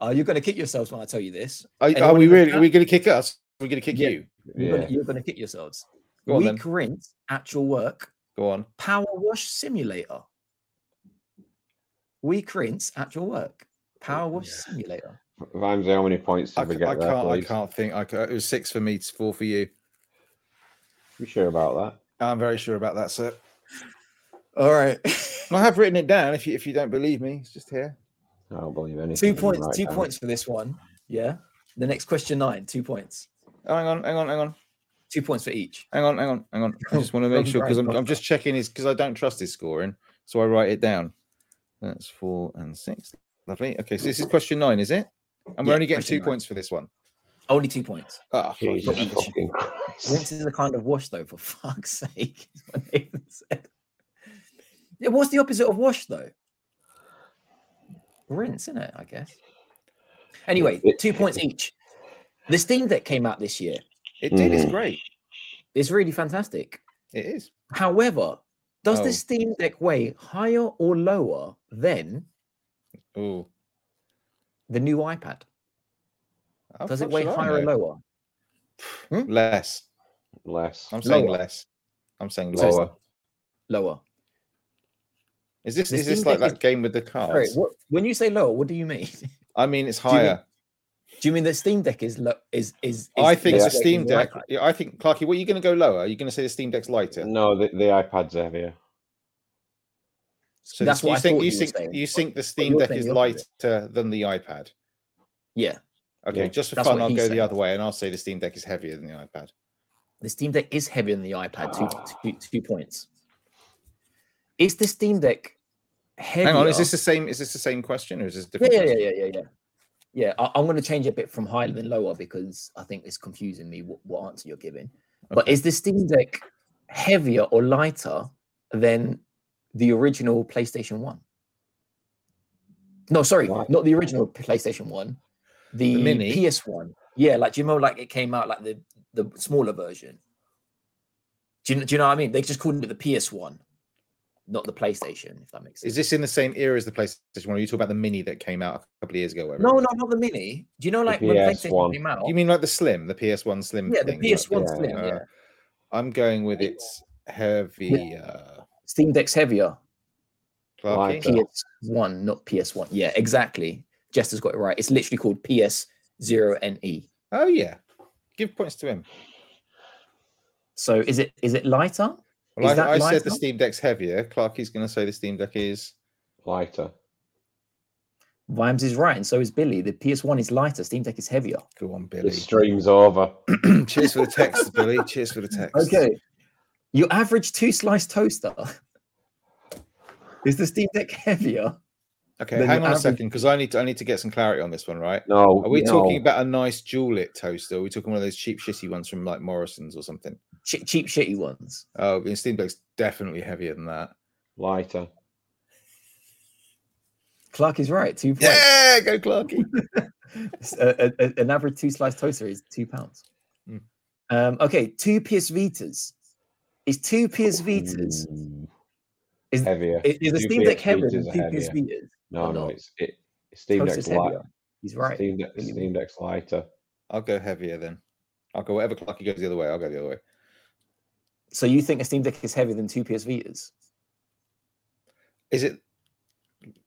D: Uh, you're going to kick yourselves when I tell you this.
B: Are, are
D: Anyone
B: we
D: in the
B: really?
D: chat?
B: Are we going to kick us? Are we going to kick
D: Yeah.
B: you?
D: You're
C: Yeah.
D: gonna you're going to kick yourselves.
B: Go on then.
D: Weak rinse, actual work.
B: Go on.
D: Power Wash Simulator. We Rinse actual work. Power Wash Simulator.
C: Vimesy, how many points
B: I,
C: did we
B: ca- I
C: get there,
B: can't. I
C: please?
B: can't think. I ca- it was six for me, it's four for you.
C: You sure about that?
B: I'm very sure about that, sir.
D: All right. (laughs)
B: I have written it down. If you if you don't believe me, it's just here.
C: I don't believe anything.
D: two
C: you
D: points.
C: write
D: Two
C: down.
D: points for this one. Yeah. The next question nine. Two points.
B: Oh, hang on, hang on, hang on,
D: Two points for each.
B: hang on, hang on, hang on. I just want
D: (laughs)
B: to make sure because I'm, I'm just checking his because I don't trust his scoring, so I write it down. That's four and six. Lovely. Okay, so this is question nine, is it? And we're
D: Yeah,
B: only getting
D: question
B: two
D: nine.
B: points for this one.
D: Only two points.
B: Ah,
C: Jesus
D: Not each.
C: fucking Christ.
D: Rinse is a kind of wash, though. For (laughs) fuck's sake. is what Nathan said. Yeah, what's the opposite of wash, though? Rinse, isn't it? I guess. Anyway,
C: it-
D: two points each. The Steam Deck came out this year.
B: it did. It's
D: Hmm.
C: Mhm.
B: great.
D: It's really fantastic.
B: It is.
D: However, does
B: Oh.
D: the Steam Deck weigh higher or lower than
B: Oh,
D: the new iPad?
B: how
D: Does it
B: fuck
D: weigh
B: should I
D: higher or
B: know?
D: lower?
B: Less.
C: Less.
B: I'm saying
D: Lower.
B: less. I'm saying
D: So it's-
B: lower.
D: Lower.
B: Is this
D: the
B: is this
D: Steam
B: like
D: Deck is-
B: that game with the
D: Sorry,
B: cards?
D: what, when you say lower, what do you mean? (laughs)
B: I mean, it's
D: you mean-
B: higher.
D: do you mean the Steam Deck is lo- is is? is
B: I think
D: is
B: the
D: weighting
B: Steam
D: the
B: Deck.
D: iPad?
B: yeah, I think, Clarky, what are you going to go lower? Are you going to say the Steam Deck's lighter?
C: No, the, the iPad's heavier.
B: So
D: That's
B: this-
D: what
B: you
D: I
B: think
D: thought
B: you
D: you were
B: think
D: saying,
B: you
D: but-
B: think the Steam
D: you're
B: Deck
D: saying
B: is
D: the opposite.
B: lighter than the iPad?
D: Yeah,
B: Okay,
C: Yeah,
B: just for
D: that's
B: fun,
D: what
B: I'll
D: he's
B: go the
D: saying.
B: other way and I'll say the Steam Deck is heavier than the iPad.
D: the Steam Deck is heavier than the iPad. Two,
C: Ah.
D: two, two points. Is the Steam Deck heavier?
B: Hang on, is this the same? Is this the same question or is this a
D: Yeah,
B: different?
D: yeah, yeah,
B: question?
D: yeah, yeah, yeah. Yeah, I, I'm going to change a bit from higher than lower because I think it's confusing me what, what answer you're giving. But
B: Okay.
D: is the Steam Deck heavier or lighter than the original PlayStation One? No, sorry,
C: Why?
D: not the original PlayStation One, the,
B: Mini?
D: PS One. Yeah, like do you know, like it came out like the the smaller version. Do you, kn- do you know what I mean? They just called it the PS One, not the PlayStation. If that makes sense.
B: Is this in the same era as the PlayStation One? Are you talking about the Mini that came out a couple of years ago? whatever
D: No,
B: it was?
D: no, not the Mini. Do you know like when PlayStation
C: PS1.
D: came out?
B: You mean like the Slim, the PS One Slim?
D: yeah, the
B: thing, like-
D: PS One
C: yeah,
D: Slim.
B: uh,
D: yeah.
B: I'm going with it's heavier.
D: Steam Deck's heavier.
B: Clarky?
D: uh,
C: Lighter.
D: PS1, not PS1. Yeah, exactly. Jester's got it right. It's literally called PS0NE.
B: Oh yeah, give points to him.
D: So is it is it lighter?
B: Well,
D: Is that
B: I, I said the
D: lighter?
B: Steam Deck's heavier. Clarky's going to say the Steam Deck is.
C: Lighter.
D: Vimes is right, and so is Billy. The PS1 is lighter, Steam Deck is heavier.
B: Go on,
C: The
B: Billy.
C: stream's over.
B: Cheers for the text, Billy. Cheers for the text.
D: Your average two slice toaster. Is the Steam Deck heavier?
B: Okay,
D: Then
B: hang
D: you
B: on a
D: average-
B: second, because I need to I need to get some clarity on this one, right?
C: No.
B: Are we
C: no.
B: talking about a nice dual lit toaster? Are we talking one of those cheap shitty ones from like Morrison's or something?
D: Che- cheap, shitty ones.
B: Oh, the Steam Deck's definitely heavier than
D: (laughs)
B: that.
C: lighter?
D: Clark is right. Two points.
B: Yeah, go Clarky.
D: a, a- a- an average two slice toaster is two pounds.
B: Mm.
D: Um, okay, two PS Vitas. Is two PS Vitas?
C: Mm,
D: Is-
C: heavier.
D: Is, is the
C: Two
D: Steam Deck
C: PS
D: heavier
C: Vitas
D: than
C: are
D: two PS
C: heavier.
D: Vitas?
C: no,
D: or
C: no,
D: not?
C: it's it. Steam
D: Toaster's
C: Deck's lighter.
D: heavier. He's right.
C: Steam, Deck,
D: Really?
C: Steam Deck's lighter.
B: I'll go heavier then. I'll go whatever Clarky goes the other way. I'll go the other way.
D: So you think a Steam Deck is heavier than two PS
C: (laughs)
D: Vitas?
B: Is it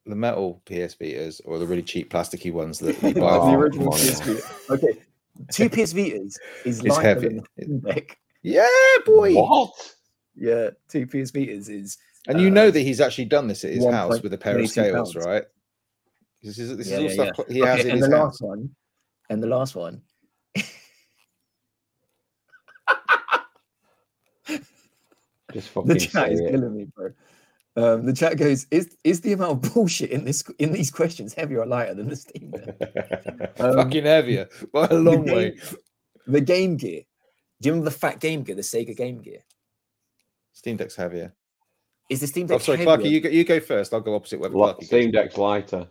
B: the metal PS Vitas or the really cheap plasticky ones that
D: (laughs)
B: you
D: The
B: buy?
C: Oh,
B: from-
D: original
C: come on
D: PS
C: now.
D: Vita. Okay, two
C: (laughs)
D: PS Vitas is
B: It's
D: lighter
B: heavy.
D: than the Steam Deck.
B: Yeah, boy.
C: What?
D: Yeah, two PS Vitas is
B: And you
D: Uh,
B: know that he's actually done this at his
D: Um, one
B: house
D: point
B: with a pair of
D: 22
B: scales,
D: pounds.
B: right? This is this is
D: Yeah,
B: all
D: yeah,
B: stuff
D: yeah.
B: cl- he has
D: Okay,
B: in
D: and
B: his
D: the
B: hands.
D: last one, and the last one.
C: Just fucking
D: The chat
C: say
D: is
C: it.
D: killing me, bro. Um, the chat goes: Is is the amount of bullshit in this in these questions heavier or lighter than the
B: (laughs)
D: Steam Deck? Um,
B: Fucking heavier (laughs) by
D: (laughs)
B: a long
D: the
B: way.
D: Game, the Game Gear. Do you remember the fat Game Gear, the Sega Game Gear?
B: Steam Deck's heavier.
D: Is the Steam
B: I'm
D: Deck
B: sorry,
D: heavier?
B: Clarky, you go, you go first. I'll go opposite where
C: Lo-
B: Clarky
C: Steam
B: goes.
C: Deck's lighter.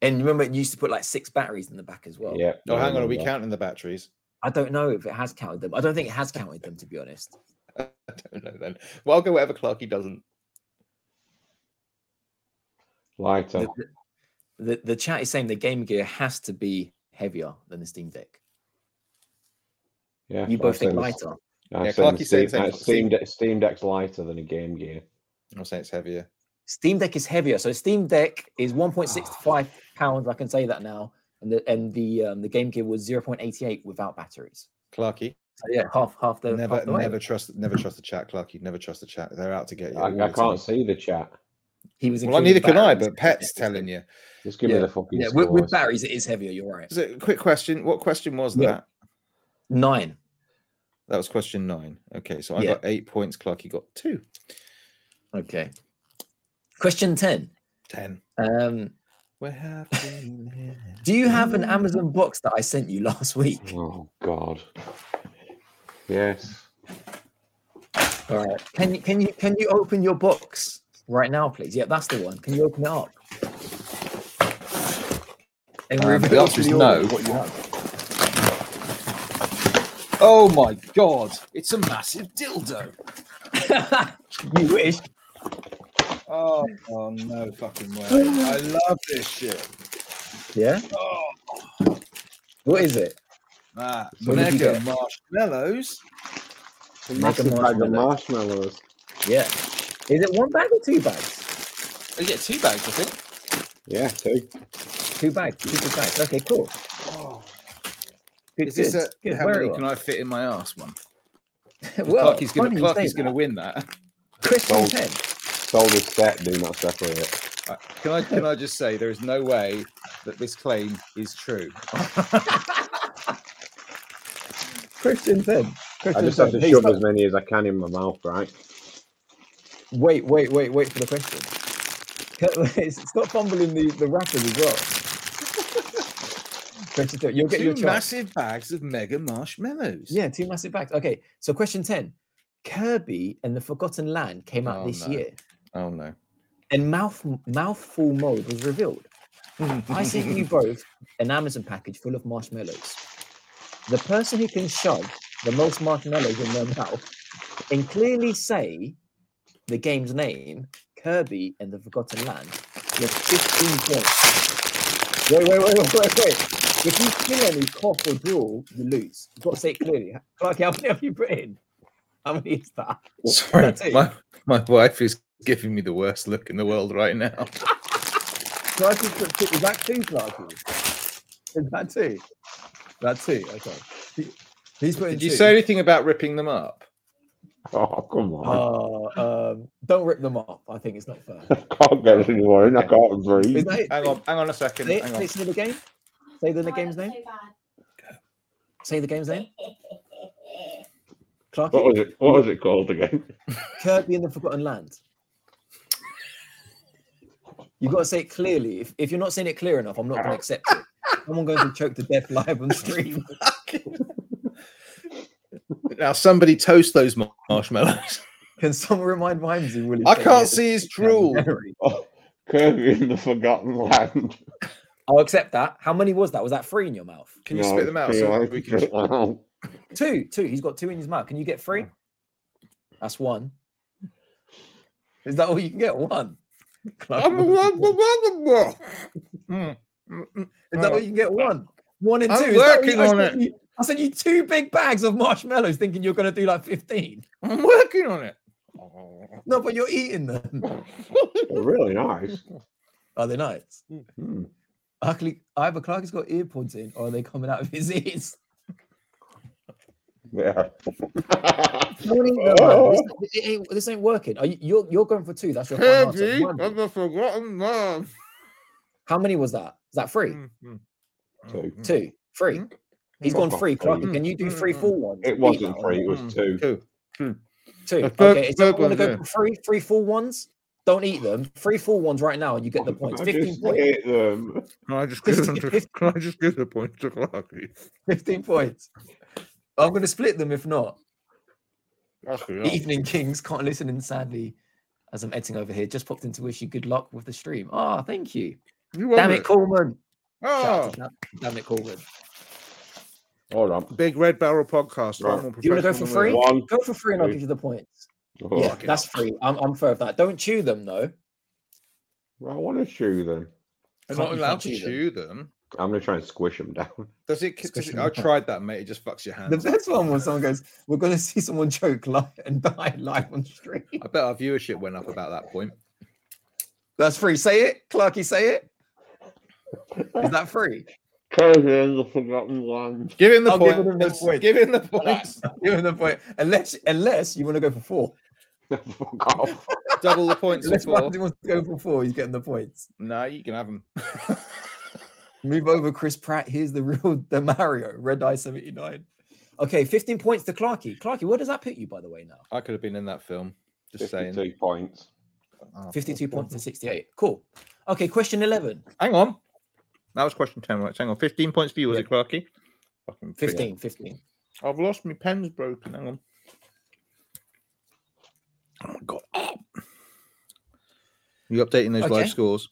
D: And remember, it used to put like six batteries in the back as well.
C: yeah.
B: Oh,
C: I
B: hang on. Are we
C: remember.
B: counting the batteries? (laughs)
D: I don't know if it has counted them. I don't think it has counted them, to be honest.
B: I don't know then. Well, I'll go whatever Clarky doesn't.
C: Lighter.
D: The, the, the, the chat is saying the Game Gear has to be heavier than the Steam Deck.
C: yeah.
D: You both
C: I'd
D: think
C: say the-
D: lighter.
C: I'd
B: Yeah,
C: say the
B: Clarky's saying
C: Steam,
B: the same
C: uh,
B: sort of
C: Steam
B: thing.
C: Deck, Steam Deck's lighter than a Game Gear.
B: I'm saying it's heavier.
D: Steam Deck is heavier. So Steam Deck is
B: Ah.
D: 1.65 pounds. I can say that now. And the and the um, the Game Gear was 0.88 without batteries.
B: Clarky,
D: So yeah, half half the
B: never,
D: half the weight.
B: never trust, never trust the chat. Clarky, never trust the chat. They're out to get you. all
C: I, I
B: the time.
C: can't see the chat.
D: He was.
B: Well,
D: including
B: neither can I,
D: batteries.
B: but Pet's telling you.
C: Just give
D: Yeah,
C: me the fucking
D: Yeah, with, with
C: scores.
D: batteries it is heavier. You're right.
B: So, quick question. What question was
D: Yeah.
B: that?
D: Nine.
B: That was question nine. Okay, so I
D: Yeah.
B: got eight points. Clarky got two.
D: Okay. Question ten.
B: Ten.
D: Um,
B: We're happy. (laughs)
D: do you have an Amazon box that I sent you last week?
C: Oh God. Yes.
D: All right. Can you can you can you open your box right now, please? Yeah, that's the one. Can you open it up? And
B: Um, the
D: reveal
B: answer
D: to
B: is
D: the
B: no.
D: audience what you have.
B: oh my god! It's a massive dildo.
D: you wish.
B: Oh, oh no fucking way! I love this shit.
D: Yeah.
B: Oh,
D: What is it?
B: that
D: What did you
B: Ah, mega
D: get?
B: marshmallows.
C: A
D: Make a
C: massive bag of
D: marshmallow.
C: marshmallows.
D: Yeah. Is it one bag or two bags?
B: Oh, You get two bags, I think.
C: Yeah, two.
D: Two bags. Two good bags. Okay, cool. Good,
B: Is this
D: good,
B: a
D: good.
B: how
D: Very
B: many
D: well.
B: can I fit in my ass one?
D: well,
B: Clarky's gonna
D: funny you say
B: Clarky's gonna
D: that.
B: win that.
D: Christian
C: Sold.
D: Penn.
C: Sold as set, do not separate.
B: Uh, Can I can I just say there is no way that this claim is true.
D: Christian Penn.
C: I
D: Christian
C: just have to
D: Penn. Hey,
C: shove
D: stop.
C: as many as I can in my mouth, right?
D: Wait, wait, wait, wait for the question. (laughs) Can- Stop fumbling the, the wrappers as well. (laughs) question 10. You'll get your
B: Two
D: chance.
B: massive bags of mega marshmallows.
D: Yeah, two massive bags. Okay, so question 10. Kirby and the Forgotten Land came out
B: Oh,
D: this
B: no.
D: year,
B: Oh no.
D: and mouth mouthful mode was revealed. I sent you both an Amazon package full of marshmallows. The person who can shove the most marshmallows in their mouth and clearly say the game's name, Kirby and the Forgotten Land, gets 15 points. Wait, wait, wait, wait, wait, wait. If you clearly cough or drool, you lose. You've got to say it clearly. Clarky, how many have you put in? How many is that?
B: Sorry,
D: That's it.
B: my, my wife is giving me the worst look in the world right (laughs) now.
D: Clarky put two. Is that two, Clarky? Is that two? That's two. Okay. He- He's putting
B: Did you
D: two.
B: say anything about ripping them up?
C: Oh come on!
D: Oh, um, don't rip them off. I think it's not
B: (laughs)
D: fair.
C: (laughs) I can't get any more in. I can't breathe.
D: Is that it?
B: Hang on, hang on a second.
D: Say, it-
B: Hang
D: say
B: on.
D: it's another game. Say the game's name. Say the game's name. Clark,
C: What was it? What was it called again?
D: Kirby and the Forgotten Land. You've got to say it clearly. If, if you're not saying it clear enough, I'm not going to accept it. Someone going to choke to death live
B: (laughs)
D: on stream.
B: Now somebody toast those mar- marshmallows. (laughs)
D: Can someone remind Wimsey? Will he
B: I
D: say
B: can't
D: it?
B: see his drool.
C: Oh, Kirby in the Forgotten Land.
D: I'll accept that. How many was that? Was that three in your mouth?
B: Can you
C: No,
B: spit them out?
C: see,
B: So
C: I
B: we
C: (laughs)
B: can...
C: spit them out.
D: Two, two. He's got two in his mouth. Can you get three?
B: Oh.
D: That's one. Is that all you can get? One.
B: (laughs) (laughs)
D: Clark,
B: I'm a
D: one.
B: wonder woman. Mm, mm, mm.
D: Is that all you can get? One. One and
B: I'm
D: two. Is that all you-
B: working
D: I
B: on
D: sent you- I sent you two big bags of marshmallows thinking you're going to do like 15.
B: I'm working on it.
D: No, but you're eating them.
C: They're really nice.
D: Are they nice?
C: Hmm.
D: Luckily, either Clark has got earpods in or are they coming out of his ears?
C: Yeah. (laughs)
D: (laughs) Morning, no, no, Oh. this, it ain't, this ain't working. Are you, you're, you're going for two. That's your final answer.
B: Kirby
D: One.
B: and the Forgotten Man.
D: How many was that? Is that three?
B: Mm, mm,
C: Two.
B: mm, mm.
D: Two? Three?
B: Mm.
D: He's
C: Fuck
D: gone
C: off,
D: three. Clark,
C: three.
D: Can you do
B: Mm,
D: three
B: mm,
D: full ones?
C: It
D: Beat that
C: wasn't
D: one.
C: three, it was two.
B: Two.
D: Two.
B: The third-
D: okay, is that
B: third
D: want
B: one,
D: to go
B: yeah.
D: for three, three full ones? Don't eat them. Three full ones right now, and you get the points.
C: I
D: Fifteen
C: just
D: (laughs) points.
C: hate them.
B: Can I just
D: This
B: give
D: is
B: them to,
D: fifty-
B: (laughs) Can I just give the point to Clark?
D: 15 points. I'm going to split them if not.
B: Fucking hell.
D: Evening Kings can't listen in sadly as I'm editing over here. Just popped in to wish you good luck with the stream. Ah, thank you.
B: You
D: Damn
B: won
D: it, Coleman. Shout
B: Oh,
D: out to Dam- Damn it, Coleman.
C: All right.
B: Ah. Big Red Barrel podcast.
C: Right.
B: far more
D: Do you wanna go for
B: professional than we
D: free?
B: are.
C: One.
D: Go for free and I'll
C: Three.
D: give you the points.
C: Oh,
D: yeah,
B: fucking
D: that's free. I'm, I'm fair of that. Don't chew them though.
C: I want to chew them.
B: They're
D: Can't-
B: not
D: you
B: allowed
D: can't
B: to
D: chew them.
B: chew them.
C: I'm going to try and squish them down. (laughs)
B: Does it? Does
D: Squish
B: it
D: them
B: I
D: apart.
B: tried that, mate. It just fucks your
D: The
B: hands.
D: best one was someone goes, We're going to see someone choke live and die live on stream.
B: I bet our viewership went up about that point.
D: That's free. Say it. Clarky, say it. Is that free?
C: Conan, the forgotten one. (laughs)
B: Give him the
D: I'll give
B: point.
D: him the point.
B: Give him the point.
D: Relax. (laughs) Give him the point. Unless, unless you want to go for four.
C: Fuck off.
B: (laughs) Double the points
D: Unless
B: before.
D: Martin wants to go for four, he's getting the points.
B: No, you can have them.
D: Move over, Chris Pratt. Here's the real the Mario Red Eye 79. Okay, 15 points to Clarky. Clarky, where does that put you, by the way, now?
B: I could have been in that film. Just saying.
C: 52 points.
B: Oh,
D: 52 points and 68. Cool. Okay, question 11.
B: Hang on. That was question 10, right? Hang on. 15 points for you, was
D: Yeah.
B: it, Clarky? Fucking prick.
D: 15, 15.
B: I've lost my pen's broken. Hang on. Oh my god. You updating those
D: Okay.
B: live scores?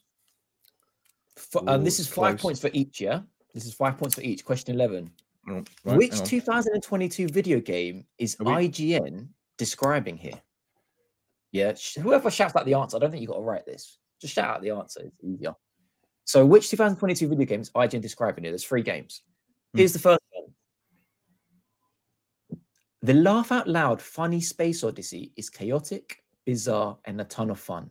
D: F- um,
B: Ooh,
D: this is
B: it's
D: five
B: close.
D: points for each, yeah? This is five points for each. Question 11.
B: Oh, right,
D: Which
B: hang on.
D: 2022 video game is
B: Are we-
D: IGN describing here? Yeah, sh- whoever shouts out the answer, I don't think you got to write this. Just shout out the answer. It's easier. So, which 2022 video games is IGN describing here? There's three games.
B: Hmm.
D: Here's the first one. The laugh out loud, funny space odyssey is chaotic, bizarre, and a ton of fun.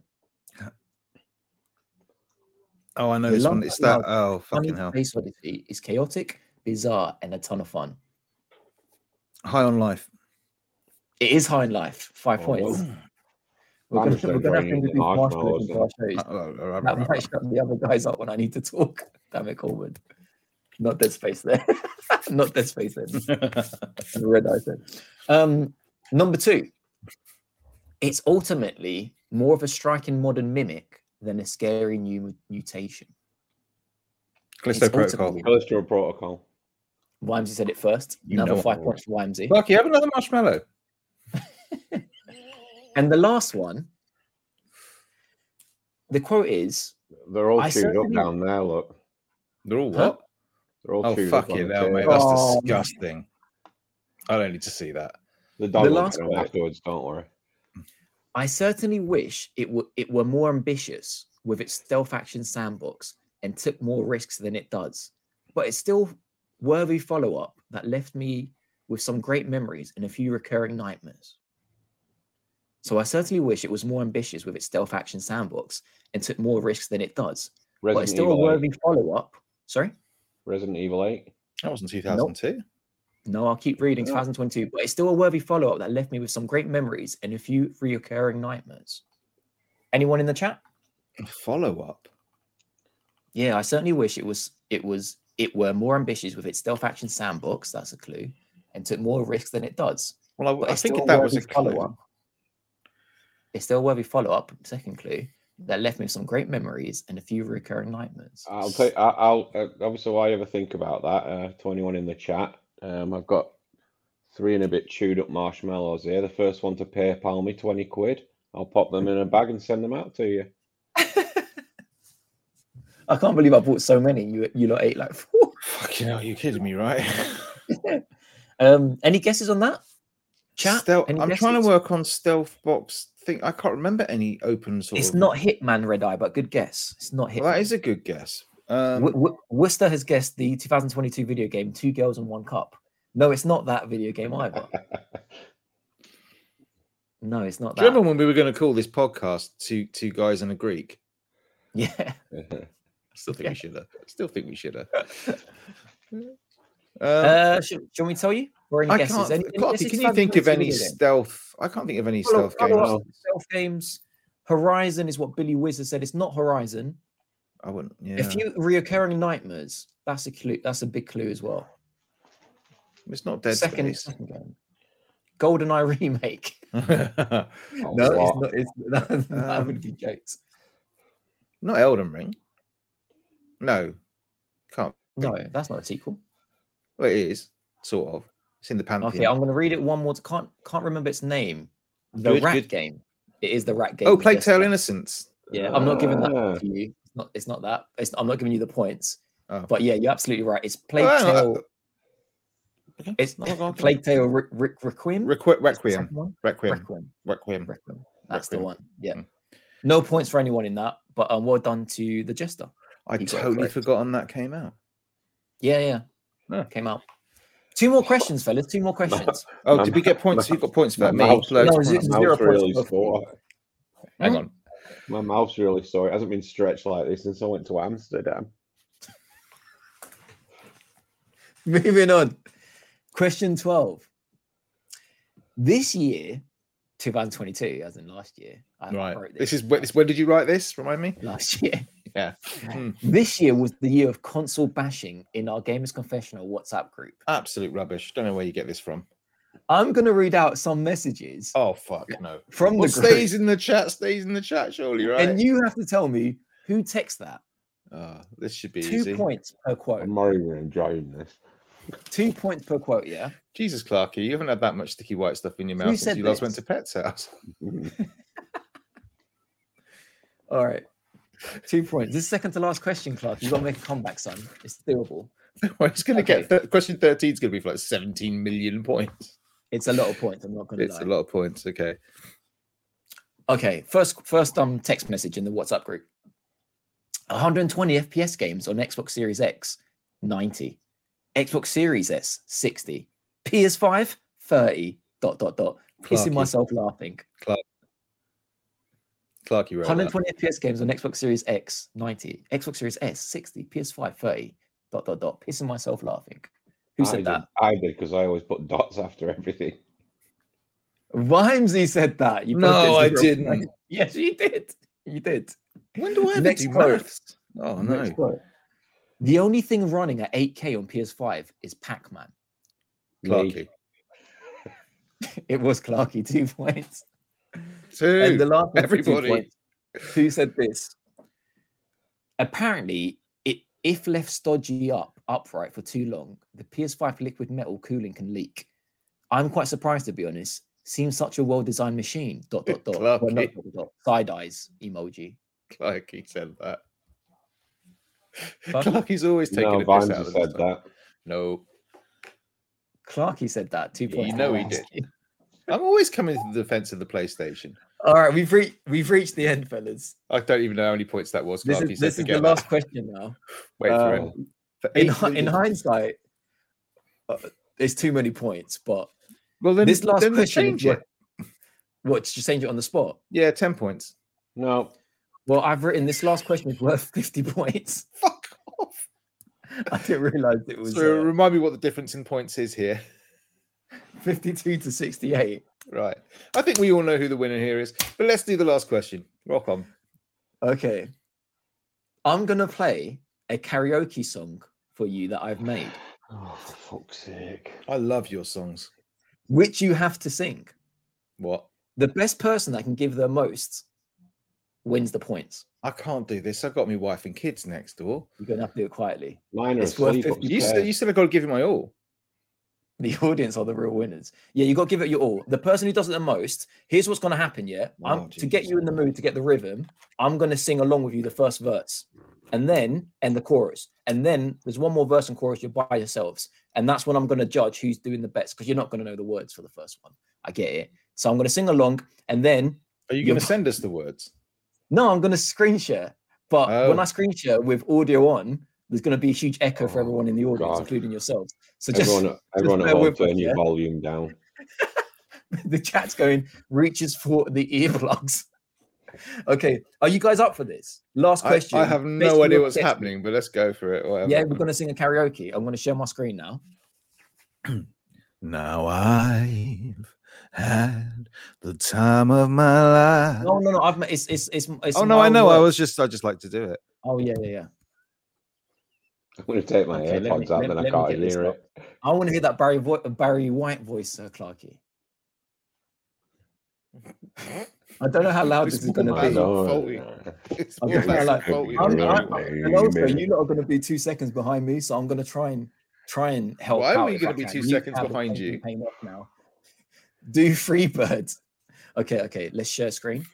B: Oh, I know
D: The
B: this one.
D: long-
B: It's that.
D: no,
B: Oh,
D: Funny
B: fucking hell.
D: space odyssey is chaotic, bizarre, and a ton of fun.
B: High on life.
D: It is high in life. Five
C: Oh,
D: points.
C: wow.
D: We're
C: I'm
D: gonna,
C: just
D: we're gonna have to
C: enjoying the
D: introduce
C: marshmallows
D: marshmallows into our shows.
B: (laughs) Oh, oh, oh, right,
D: That
B: right,
D: might
B: right.
D: shut the other guys up when I need to talk. (laughs) Damn it, Coleman. Not dead space there. (laughs) Not dead space there. (laughs) Red eyes there. Um, number two. It's ultimately more of a striking modern mimic than a scary new mutation.
B: (laughs)
D: It's
B: Callisto Protocol.
D: ultimately-
C: Callisto Protocol.
D: Wimsey said it first.
B: You
D: Another
B: know I
D: five
B: will.
D: points for Wimsey.
B: Lucky, have another marshmallow.
D: And the last one. The quote is
C: They're all
D: I
C: chewed up
D: certainly-
C: down there, look.
B: They're all
D: Huh?
B: what?
C: They're all
B: Oh,
C: chewed
B: fuck
C: up. on
B: it,
C: the
B: hell, mate.
C: table.
B: That's
D: Oh, man.
B: disgusting. I don't need to see that.
C: The dog the
D: last
C: last
D: one.
C: afterwards, don't worry.
D: I certainly wish it were it were more ambitious with its stealth action sandbox and took more risks than it does. But it's still worthy follow up that left me with some great memories and a few recurring nightmares. So I certainly wish it was more ambitious with its stealth action sandbox and took more risks than it does. but it's
C: Resident
D: still a
C: Evil, 8.
D: worthy follow up. Sorry.
C: Resident Evil 8.
B: That wasn't 2002.
D: No, I'll keep reading. 2022, but it's still a worthy follow up that left me with some great memories and a few reoccurring nightmares. Anyone in the chat?
B: Follow up.
D: Yeah, I certainly wish it was it was it were more ambitious with its stealth action sandbox. That's a clue, and took more risks than it does.
B: Well,
D: But
B: I, I
D: it's
B: think
D: still
B: that was a
D: worthy
B: clue.
D: follow-up. It's still a worthy follow up. Second clue that left me with some great memories and a few recurring nightmares.
C: I'll take. I- I'll uh, obviously. While I ever think about that, uh, to anyone in the chat, um, I've got three and a bit chewed up marshmallows here. The first one to PayPal me twenty quid. I'll pop them in a bag and send them out to you. (laughs)
D: I can't believe I bought so many. You you lot ate like (laughs) four.
B: Fucking hell, you kidding me, right? (laughs)
D: Um, any guesses on that? Chat.
B: Stealth-
D: any
B: I'm trying
D: guesses?
B: to work on stealth box thing. I can't remember any open source.
D: It's not Hitman Red Eye, but good guess. It's not Hitman.
B: Well, that is a good guess. Um,
D: Wor- Wor- Worcester has guessed the 2022 video game Two Girls and One Cup. No, it's not that video game
B: (laughs)
D: either. no, it's not
B: do you
D: that.
B: remember when we were going to call this podcast two two guys and a Greek?
D: Yeah.
B: I still think we should have. I still think we should
D: (laughs)
B: have. Um,
D: Uh, should, shall we tell you? Or any
B: I
D: guesses?
B: can't.
D: Any- any
B: Clarky,
D: guesses
B: can you think of
D: 2022
B: any
D: video game?
B: stealth? I can't think of any
D: Follow-
B: stealth
D: follow
B: games.
D: up, stealth games? Horizon is what Billy Wizard said. It's not Horizon.
B: I wouldn't. Yeah.
D: A few reoccurring nightmares. That's a clue. That's a big clue as well.
B: it's not dead
D: second,
B: space.
D: second game. GoldenEye (laughs) remake.
B: (laughs) no,
C: Oh,
B: it's
C: wow.
B: not. It's
D: that, (laughs) that
B: Um,
D: would be jokes.
B: not Elden Ring. No, can't.
D: No, that's not a sequel.
B: Well, it is sort of. It's in the pantheon.
D: Okay, I'm going to read it one more. T- can't can't remember its name. The
C: Good,
D: Rat
C: good.
D: Game. It is the Rat Game.
B: oh,
D: with
B: Plague
D: Jess
B: Tale Oh.
D: Buck.
B: Innocence.
D: Yeah, I'm not giving
C: Ah.
D: that to you. It's not. It's not that. It's, I'm not giving you the points.
B: Oh.
D: But yeah, you're absolutely right. It's Plague
B: hang on,
D: Tale.
B: Okay,
D: It's
B: no, go on.
D: Plague Tale Re- Re- Requiem.
B: Requ-
D: Is that the
B: Requiem.
D: second one?
B: Requiem.
D: Requiem.
B: Requiem.
D: Requiem. That's the
B: Requiem.
D: one. Yeah.
B: Mm.
D: No points for anyone in that, but um, well done to the jester.
B: I
D: You got it
B: totally
D: correct.
B: forgotten that came out.
D: Yeah, yeah.
B: Yeah.
D: Came out. Two more questions, fellas. Two
B: (laughs)
D: more questions.
B: Oh,
C: My
B: did we get points?
C: my-
B: You got points for
C: my
B: that. Me.
C: mouse-
B: Loads
D: No,
B: of
D: z-
B: points.
D: zero
C: mouth's
D: points
C: really
D: both for
C: sore.
B: Hang
D: Hmm?
B: on.
C: My mouth's really sore. It hasn't been stretched like this since I went to Amsterdam.
D: (laughs) Moving on. Question 12. This year, 2022, as in last year. I
B: Right.
D: wrote
B: This is when, this, when did you write this? Remind me. Hmm.
D: last year.
B: Yeah.
D: This year was the year of console bashing in our Gamers Confessional WhatsApp group.
B: Absolute rubbish. Don't know where you get this from.
D: I'm going to read out some messages
B: Oh fuck no.
D: from the
B: What
D: group,
B: stays in the chat stays in the chat. Surely right.
D: and you have to tell me who texts that.
B: Oh, this should be
D: Two
B: easy.
D: points per quote.
C: I'm worried we're enjoying this.
D: Two points per quote, yeah?
B: Jesus, Clarky, you haven't had that much sticky white stuff in your
D: Who
B: mouth since
D: said
B: you last went to
D: this?
B: Pet's house. (laughs)
D: All right. Two points. This is second to last question, Clark. You've got to make a comeback, son. It's doable.
B: it's going to get th- question thirteen is going to be for like seventeen million points.
D: It's a lot of points. I'm not going to
B: It's
D: lie.
B: a lot of points. Okay.
D: Okay, first first um text message in the WhatsApp group. 120 FPS games on Xbox Series X, 90. Xbox Series S, 60. PS5, 30. Dot dot dot. Pissing
B: Clarky.
D: myself laughing.
B: Clarky wrote that.
D: 120 FPS games on Xbox Series X, 90. Xbox Series S, 60. PS5, 30. Dot dot dot. Pissing myself laughing. Who
C: I
D: said
C: did-
D: that?
C: I did because I always put dots (laughs) after everything.
D: Rhymesy said that. You both
B: No,
D: did
B: I
D: zero
B: didn't.
D: points. (laughs) Yes, you did. You did.
B: When do I ever
D: Next
B: do
D: quote.
B: maths? Oh no.
D: Next quote. The only thing running at 8K on PS5 is Pac Man.
B: Clarky.
D: (laughs) It was Clarky, two points.
B: Two.
D: and the last one for two
B: everybody.
D: points. Who said this? Apparently, it, if left stodgy up upright for too long, the PS5 liquid metal cooling can leak. I'm quite surprised, to be honest. Seems such a well-designed machine. Dot dot dot. Well, not
B: Clarky.
D: dot, dot, dot. Side eyes emoji.
B: (laughs) Clarky said that.
D: Pardon?
B: Clarky's always taking
C: No,
B: a piss
C: Vines
B: out
C: has
B: of this
C: said
B: stuff.
C: that.
B: No,
D: Clarky said that. Two
B: You
D: points. to
B: know he
D: Clarky.
B: I'm always coming to the defense of the PlayStation.
D: (laughs) All right, we've reached we've reached the end, fellas.
B: I don't even know how many points that was.
D: This
B: Clarky
D: is,
B: said
D: this is
B: forget
D: the
B: that.
D: last question now.
B: Wait for
D: um,
B: it. uh, For
D: in,
B: eight
D: hi- in
B: million-
D: hindsight, uh, there's too many points, but
B: well, then,
D: this last
B: then they
D: question,
B: change
D: what-
B: it.
D: what just change it on the spot?
B: Yeah, ten points.
C: No,
D: Well, I've written this last question is worth (laughs) 50 points.
B: Fuck off.
D: I didn't realize it was
B: So
D: uh,
B: remind me what the difference in points is here. (laughs)
D: 52 to 68.
B: Right. I think we all know who the winner here is, but let's do the last question. Rock on.
D: Okay, I'm gonna play a karaoke song for you that I've made,
C: oh, for fuck's sake.
B: I love your songs.
D: which you have to sing.
B: What?
D: The best person that can give the most wins the points.
B: I can't do this. I've got my wife and kids next door.
D: You're gonna have to do it quietly.
C: Mine are
D: It's worth
C: asleep
D: 50
B: You
C: upstairs.
B: said you said I've got to give it my all.
D: The audience are the real winners. Yeah, you got to give it your all. The person who does it the most, here's what's going to happen. Yeah,
C: Oh,
B: Wow,
D: I'm, to get
B: Jesus.
D: you in the mood, to get the rhythm, I'm going to sing along with you the first verse and then and the chorus. And then there's one more verse and chorus you're by yourselves. And that's when I'm going to judge who's doing the best because you're not going to know the words for the first one. I get it. So I'm going to sing along and then
B: Are you
D: You're
B: going to send us the words?
D: no, I'm going to screen share. But when
B: Oh.
D: I screen share with audio on, there's going to be a huge echo for
C: Oh,
D: everyone in the
C: God.
D: audience, including yourselves. So just
C: Everyone, everyone
D: bear
C: at home,
D: with us,
C: turn your
D: yeah?
C: volume down. (laughs)
D: the chat's going reaches for the earplugs. Okay, are you guys up for this? Last
B: I,
D: question.
B: I have
D: based
B: no
D: on
B: idea
D: your
B: what's
D: text-
B: happening, but let's go for it. Whatever.
D: Yeah, we're gonna sing a karaoke. I'm gonna share my screen now.
B: Now I've had the time of my life.
D: No, no, no. I've, ma- it's it's it's. it's
B: Uh, oh no,
D: my
B: I
D: own
B: know. I
D: work. (laughs)
B: was just I just like to do it.
D: Oh yeah, yeah, yeah.
C: I'm going to take my
D: Okay, let me-
C: AirPods out,
D: let-
C: then
D: let
C: I
D: me
C: can't
D: get this
C: hear
D: up.
C: it.
D: I want to hear that Barry Vo- Barry White voice, uh, Sir Clarky. I don't know how loud
B: It's
D: this is
B: more
D: going to
B: than
C: I
B: Matt.
D: be.
C: know. (laughs)
B: faulty. It's
D: I'm
B: more
D: gonna
B: massive
D: like-
B: faulty
C: I'm-
B: than
D: I'm,
B: you.
D: I'm,
C: Right,
D: and also,
C: maybe.
D: you lot are going to be two seconds behind me, so I'm going to try and try and help.
B: Why are
D: out
B: we
D: if
B: gonna
D: I
B: be
D: can.
B: two
D: You
B: seconds
D: have a
B: behind
D: pain-
B: you?
D: pain off now. (laughs) Do free birds. Okay, okay. Let's share screen.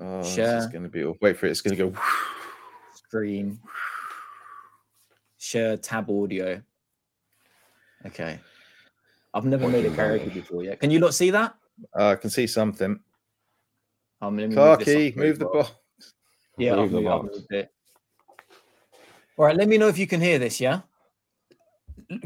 B: Oh, this
D: Share.
B: is going to be. oh, Wait for it. It's going to go.
D: Screen. Share tab audio. Okay. I've never
C: What
D: made a
C: do you mean?
D: karaoke before yet. Can you lot see that?
B: Uh, I can see something.
D: I'm gonna move this
B: Clarky,
D: up
B: move the
D: as well.
B: ball.
D: Yeah, I've
C: Leave them
D: moved, I've
C: out.
D: moved it. All right, let me know if you can hear this. Yeah,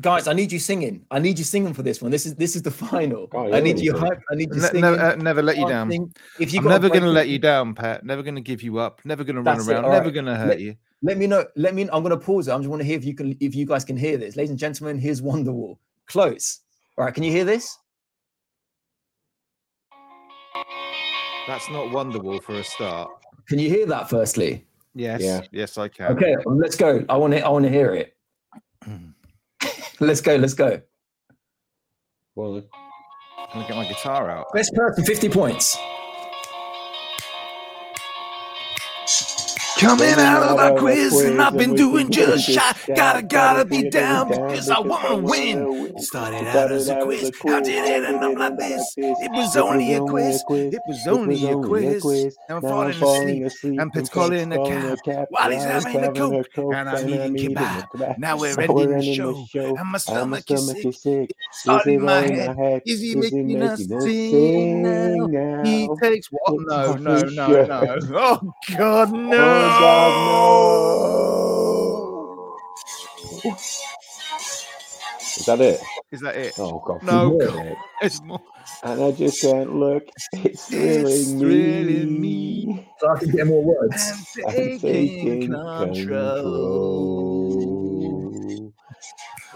D: guys, I need you singing. I need you singing for this one. This is this is the (laughs) final.
C: Oh,
D: I
C: yeah,
D: need you
C: okay.
D: hype. I need you
B: Ne-
D: singing.
B: never, uh, never let you down.
D: dancing. If you
B: I'm
D: got a
B: never going to
D: break-
B: let you down, Pat. Never going to give you up. Never going to run
D: That's it,
B: around.
D: all
B: Never
D: right.
B: going to hurt
D: Let-
B: you.
D: Let me know. Let me. I'm going to pause it. I just want to hear if you can, if you guys can hear this, ladies and gentlemen. Here's Wonderwall. Close. All right, can you hear this?
B: That's not Wonderwall for a start.
D: Can you hear that? Firstly,
B: Yes.
C: Yeah.
B: Yes, I can.
D: okay. Let's go. I want to. I want to hear it. (clears throat) let's go. Let's go. (laughs)
C: Well,
B: I'm going to get my guitar out.
D: Best person, fifty points.
E: Coming out of my
C: Coming
E: quiz, and I've been doing just shy. Gotta, gotta be down because I wanna win. It started out as a quiz, I did it and I'm like this. It was only a quiz,
B: It was only a quiz. Now I'm falling asleep.
E: and Pat's calling a cab while he's having a coke, and I'm eating kebab. Now we're ending the show, and my
C: I'm
E: stomach is sick.
C: sick.
E: Started in my head.
B: Is he making us sing He takes what?
C: It's
B: No,
C: not
B: no,
C: his
B: no, (laughs)
C: shirt.
B: no. Oh, God, no.
C: Is that it?
B: Is that it?
C: Oh God! (laughs)
B: No.
C: for goodness sake.
B: (laughs) It's more.
C: And I just went, look, it's thrilling
B: It's thrilling
C: me.
D: So I can get more words.
B: I'm
C: I'm
B: taking control.
C: control.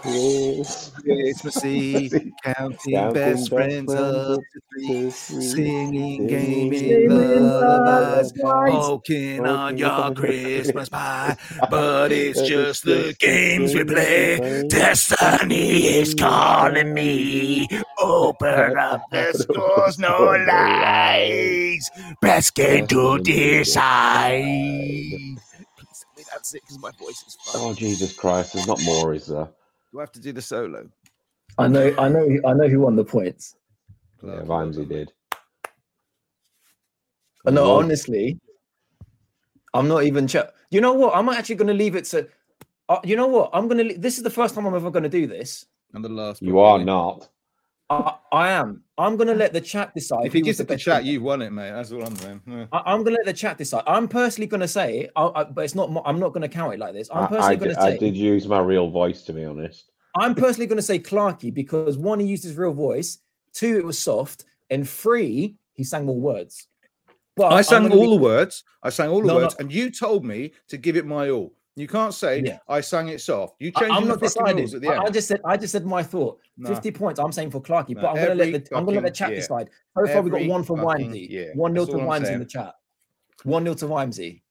C: Yes,
B: Christmas Eve, counting best
C: Counting best
B: friends
C: friends
B: up to three,
C: this week.
B: singing,
C: singing
B: gaming,
C: gaming
B: lullabies,
D: uh,
C: lullabies,
B: poking on
C: poking
B: your
C: on your
B: Christmas
C: Christmas
B: pie.
C: pie.
B: (laughs) But it's
C: But
B: just the
C: just the
B: games we
C: games we
B: play.
C: play.
B: Destiny is calling me. Open up the scores, no lies. Best game to
C: Destiny
B: decide. Please tell me that's it because my voice is fucked.
C: Oh Jesus Christ! There's not more, is there?
B: Do I have to do the solo?
D: I know, I know, I know who won the points.
C: Yeah, Vimesy did.
D: But Uh, no,
C: Lord.
D: honestly, I'm not even. Ch- you know what? I'm actually going to leave it to. Uh, you know what? I'm going to. Le- this is the first time I'm ever going to do this.
B: And the last.
C: You are not.
D: I, I am. I'm going to let the chat decide.
B: If he
D: who was
B: gives it the
D: best
B: chat,
D: winner.
B: you won it, mate. That's all I'm saying. Yeah.
D: I, am going to let the chat decide. I'm personally going to say, I, I, but it's not. mo- I'm not going to count it like this. I'm
C: I, I
D: personally going
C: di-
D: to
C: I
D: say.
C: did use my real voice, to be honest.
D: I'm personally going to say Clarky because one, he used his real voice. Two, it was soft, and three, he sang more words. But
B: I
D: I'm
B: sang
D: gonna leave-
B: all the words. I sang all the
D: No, no.
B: words, and you told me to give it my all. You can't say
D: Yeah.
B: I sang it soft. You
D: I-
B: changed
D: I'm
B: the
D: not
B: fucking
D: deciding.
B: rules at the
D: I,
B: end.
D: I just said I just said my thought.
B: Nah.
D: Fifty points. I'm saying for Clarky,
B: Nah,
D: but I'm gonna
B: every
D: let the I'm gonna let the
B: fucking
D: chat
B: year.
D: decide. So far, we got
B: Every
D: one for
B: fucking
D: Wimsey,
B: year.
D: one nil
B: That's
D: to
B: all I'm
D: Wimesy in
B: saying.
D: the chat. One nil to Wimesy.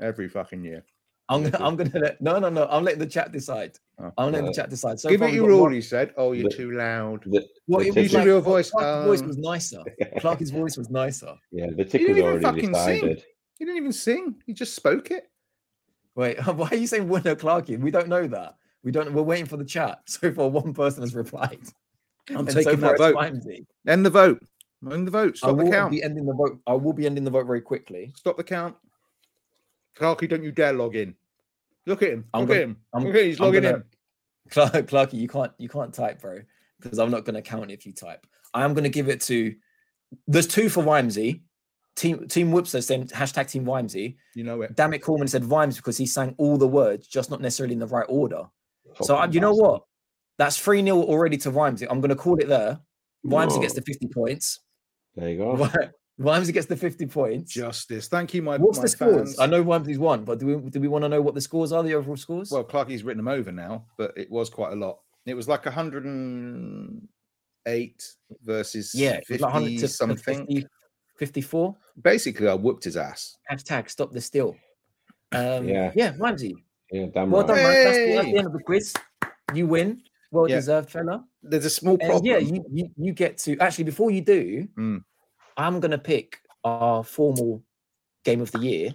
B: Every fucking year.
D: I'm
B: Yeah,
D: gonna I'm gonna let no no no. I'm letting the chat decide.
B: Oh,
D: I'm letting
C: uh,
D: the chat decide. So
B: give
D: far,
B: it
D: we
B: your
D: got
B: all.
D: one-
B: You said, "Oh, you're
C: The-
B: too loud."
D: Well,
C: the
D: it was
C: tickers.
D: like,
B: Your voice,
D: Clarky's voice
B: um,
D: was nicer.
B: (laughs)
D: Clarky's voice was nicer.
C: Yeah, the
B: didn't
C: ticker's
B: even
C: already
B: fucking sing.
C: decided.
B: You didn't even sing. You just spoke it.
D: Wait, (laughs) why are you saying winner Clarky? We don't know that. We don't. We're waiting for the chat. (laughs) So far, one person has replied.
B: I'm
D: And so
B: taking
D: far,
B: that
D: it's
B: vote.
D: Wimsey.
B: End the vote. End the vote.
D: I
B: Stop the
D: will
B: count.
D: be ending the vote. I will be ending the vote very quickly.
B: Stop the count. Clarky, don't you dare log in. Look at him.
D: I'm
B: Look
D: gonna-
B: at him.
D: I'm-
B: Look at him. He's
D: I'm
B: logging
D: gonna-
B: in.
D: Clark, Clarky, you can't you can't type, bro, because I'm not going to count if you type. I am going to give it to. There's two for Wimsey. Team Team Whoopster said hashtag Team Wimsey.
B: You know it.
D: Damn it, Corman said Vimes because he sang all the words, just not necessarily in the right order. so I,
C: Fucking
D: you know
C: bastard.
D: what? That's three 0 already to Wimsey. I'm going to call it there. Wimsey gets the 50 points.
C: There you go.
D: (laughs) Wi- Wimsey gets the 50 points.
B: Justice. Thank you, my,
D: What's
B: Oh. my
D: the scores?
B: fans.
D: I know Wimsey's won, but do we do we want to know what the scores are? The overall scores?
B: Well, Clarky's written them over now, but it was quite a lot. It was like 108 versus
D: yeah, it
B: 50
D: was like 100 to- to
B: something.
D: 50 54.
B: Basically, I whooped his ass.
D: Hashtag stop the steal. Um,
C: Yeah.
D: yeah. Ramsey.
C: Yeah, damn
D: Well
C: right.
D: done, man. That's the, that's
B: Hey!
D: the end of the quiz. You win. Well
B: Yeah.
D: deserved, fella.
B: There's a small
D: And
B: problem.
D: Uh, yeah, you, you, you get to actually before you do,
B: Mm.
D: I'm gonna pick our formal game of the year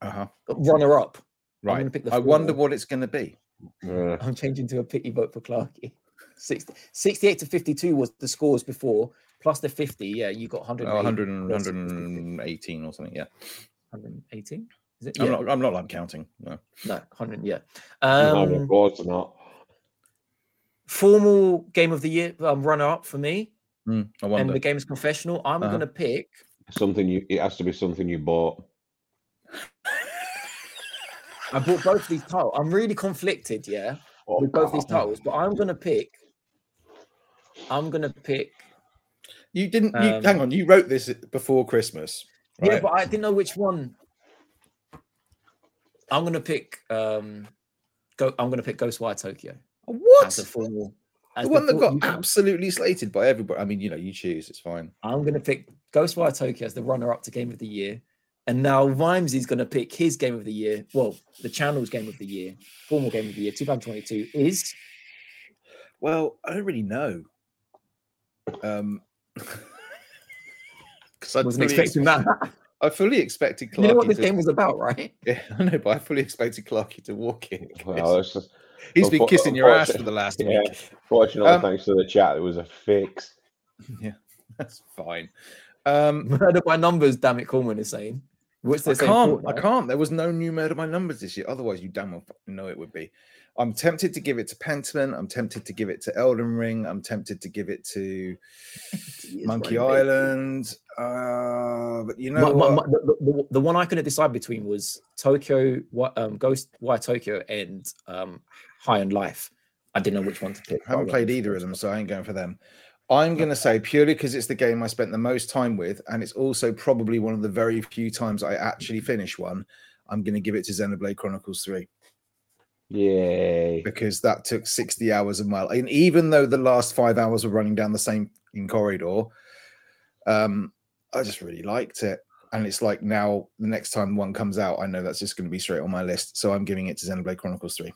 B: uh-huh.
D: runner up.
B: Right.
D: gonna pick the
B: I wonder
D: former.
B: what it's going to be. (laughs)
C: Yeah.
D: I'm changing to a pity vote for Clarkey. 60, 68 to 52 was the scores before, plus the 50. Yeah, you got
B: Oh,
D: 180,
B: 100 and 118 or something. Yeah.
D: 118. Is it?
B: I'm
D: Yeah,
B: not. I'm not like counting. No.
D: no, 100. Yeah.
C: Um,
D: Um,
C: records or not.
D: formal game of the year um, runner up for me,
B: Mm, I
D: and
B: wonder.
D: the game's confessional. I'm
B: Uh-huh.
D: going to pick.
C: Something you it has to be something you bought.
D: I bought both of these titles. I'm really conflicted, yeah, with both these titles, but I'm going to pick. I'm going to pick.
B: You didn't. You,
D: Um,
B: hang on. You wrote this before Christmas. Right?
D: Yeah, but I didn't know which one. I'm going to pick. um Go, I'm going to pick Ghostwire Tokyo.
B: what?
D: as a formal. as
B: The one that
D: for-
B: got
D: you-
B: absolutely slated by everybody. I mean, you know, you choose. It's fine.
D: I'm going to pick Ghostwire Tokyo as the runner-up to Game of the Year, and now Vimesy's going to pick his Game of the Year. Well, the channel's Game of the Year, formal Game of the Year, 2022 is
B: Well, I don't really know. Um, (laughs) because I
D: wasn't
B: fully,
D: expecting that.
B: I fully expected
D: (laughs) you know what
B: Clarky
D: this
B: to.
D: game was about, right?
B: (laughs)
D: (laughs)
B: Yeah, I know, but I fully expected Clarky to walk in.
C: Oh, Well, it's just,
B: (laughs) He's been
C: unfor-
B: kissing your ass for
C: unfortunate-
B: the
D: (laughs)
B: last
C: yeah.
B: week.
C: Fortunately,
B: Um,
C: thanks to the chat, it was a fix.
B: That's fine. Um,
D: Murder by numbers, damn it, Coleman is saying. What's
B: I
D: this?
B: can't. I can't. There was no new murder by numbers this year. Otherwise, you damn well fucking know it would be. I'm tempted to give it to Pentiment. I'm tempted to give it to Elden Ring. I'm tempted to give it to Monkey Island. Uh, but you know,
D: My- my-
B: what?
D: my- the, the- the- the one I couldn't decide between was Tokyo, Wa- um, Ghost Wire Tokyo, and um, High on Life. I didn't know which one to pick.
B: I haven't
D: but I
B: played
D: went
B: either
D: for-
B: of them, so I ain't going for them. I'm going to say purely because it's the game I spent the most time with, and it's also probably one of the very few times I actually finish one. I'm going to give it to Xenoblade Chronicles 3
C: Yay.
B: because that took 60 hours of my life. And even though the last five hours were running down the same in corridor, um, I just really liked it. And it's like now the next time one comes out, I know that's just going to be straight on my list. So I'm giving it to Xenoblade Chronicles 3.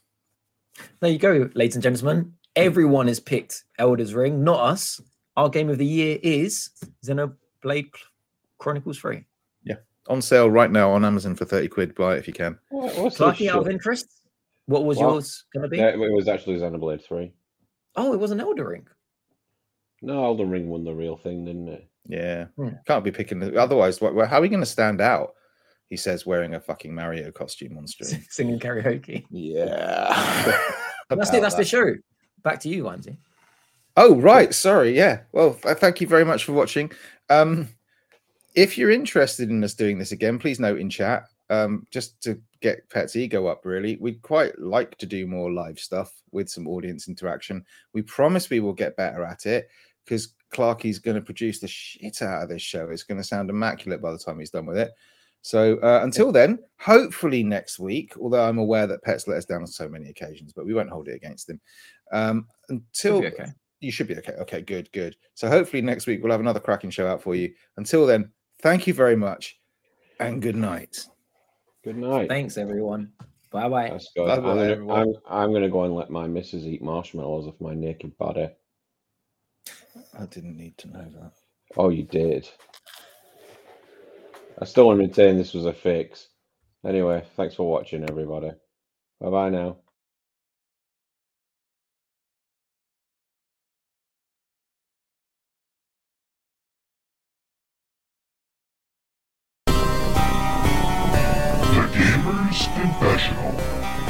D: There you go, ladies and gentlemen. Everyone has picked Elder's Ring, not us. Our game of the year is Xenoblade Ch- Chronicles 3.
B: On sale right now on Amazon for 30 quid. Buy it if you can.
C: What, what's this
D: Clarky, out of
C: shit?
D: interest, what was
C: What?
D: yours going to be?
C: Yeah, it was actually Xenoblade 3.
D: Oh, it was an Elder Ring.
C: No, Elden Ring won the real thing, didn't it?
B: Yeah,
D: Hmm.
B: can't be picking. the- Otherwise, wh- wh- how are we going to stand out? He says, wearing a fucking Mario costume on stream.
D: (laughs) Singing karaoke.
B: (laughs) yeah,
D: That's it. That's the show. Back to you, Ramsey.
B: Oh, right. Sorry. Yeah. Well, th- thank you very much for watching. Um, if you're interested in us doing this again, please note in chat, um, just to get Pet's ego up, really, we'd quite like to do more live stuff with some audience interaction. We promise we will get better at it because Clarky's going to produce the shit out of this show. It's going to sound immaculate by the time he's done with it. So uh, until then, hopefully next week, although I'm aware that Pet's let us down on so many occasions, but we won't hold it against him. Um, until
D: Should be okay.
B: you should be okay. Okay, good, good. So hopefully next week we'll have another cracking show out for you. Until then, thank you very much and good night.
C: Good night.
D: Thanks, everyone. Bye bye.
C: That's good.
B: Bye-bye,
C: I'm, gonna,
B: everyone.
C: I'm, I'm gonna go and let my missus eat marshmallows off my naked body.
B: I didn't need to know that.
C: Oh, you did. I still want to maintain this was a fix. Anyway, thanks for watching, everybody. Bye bye now.
F: The Gamer's Confessional.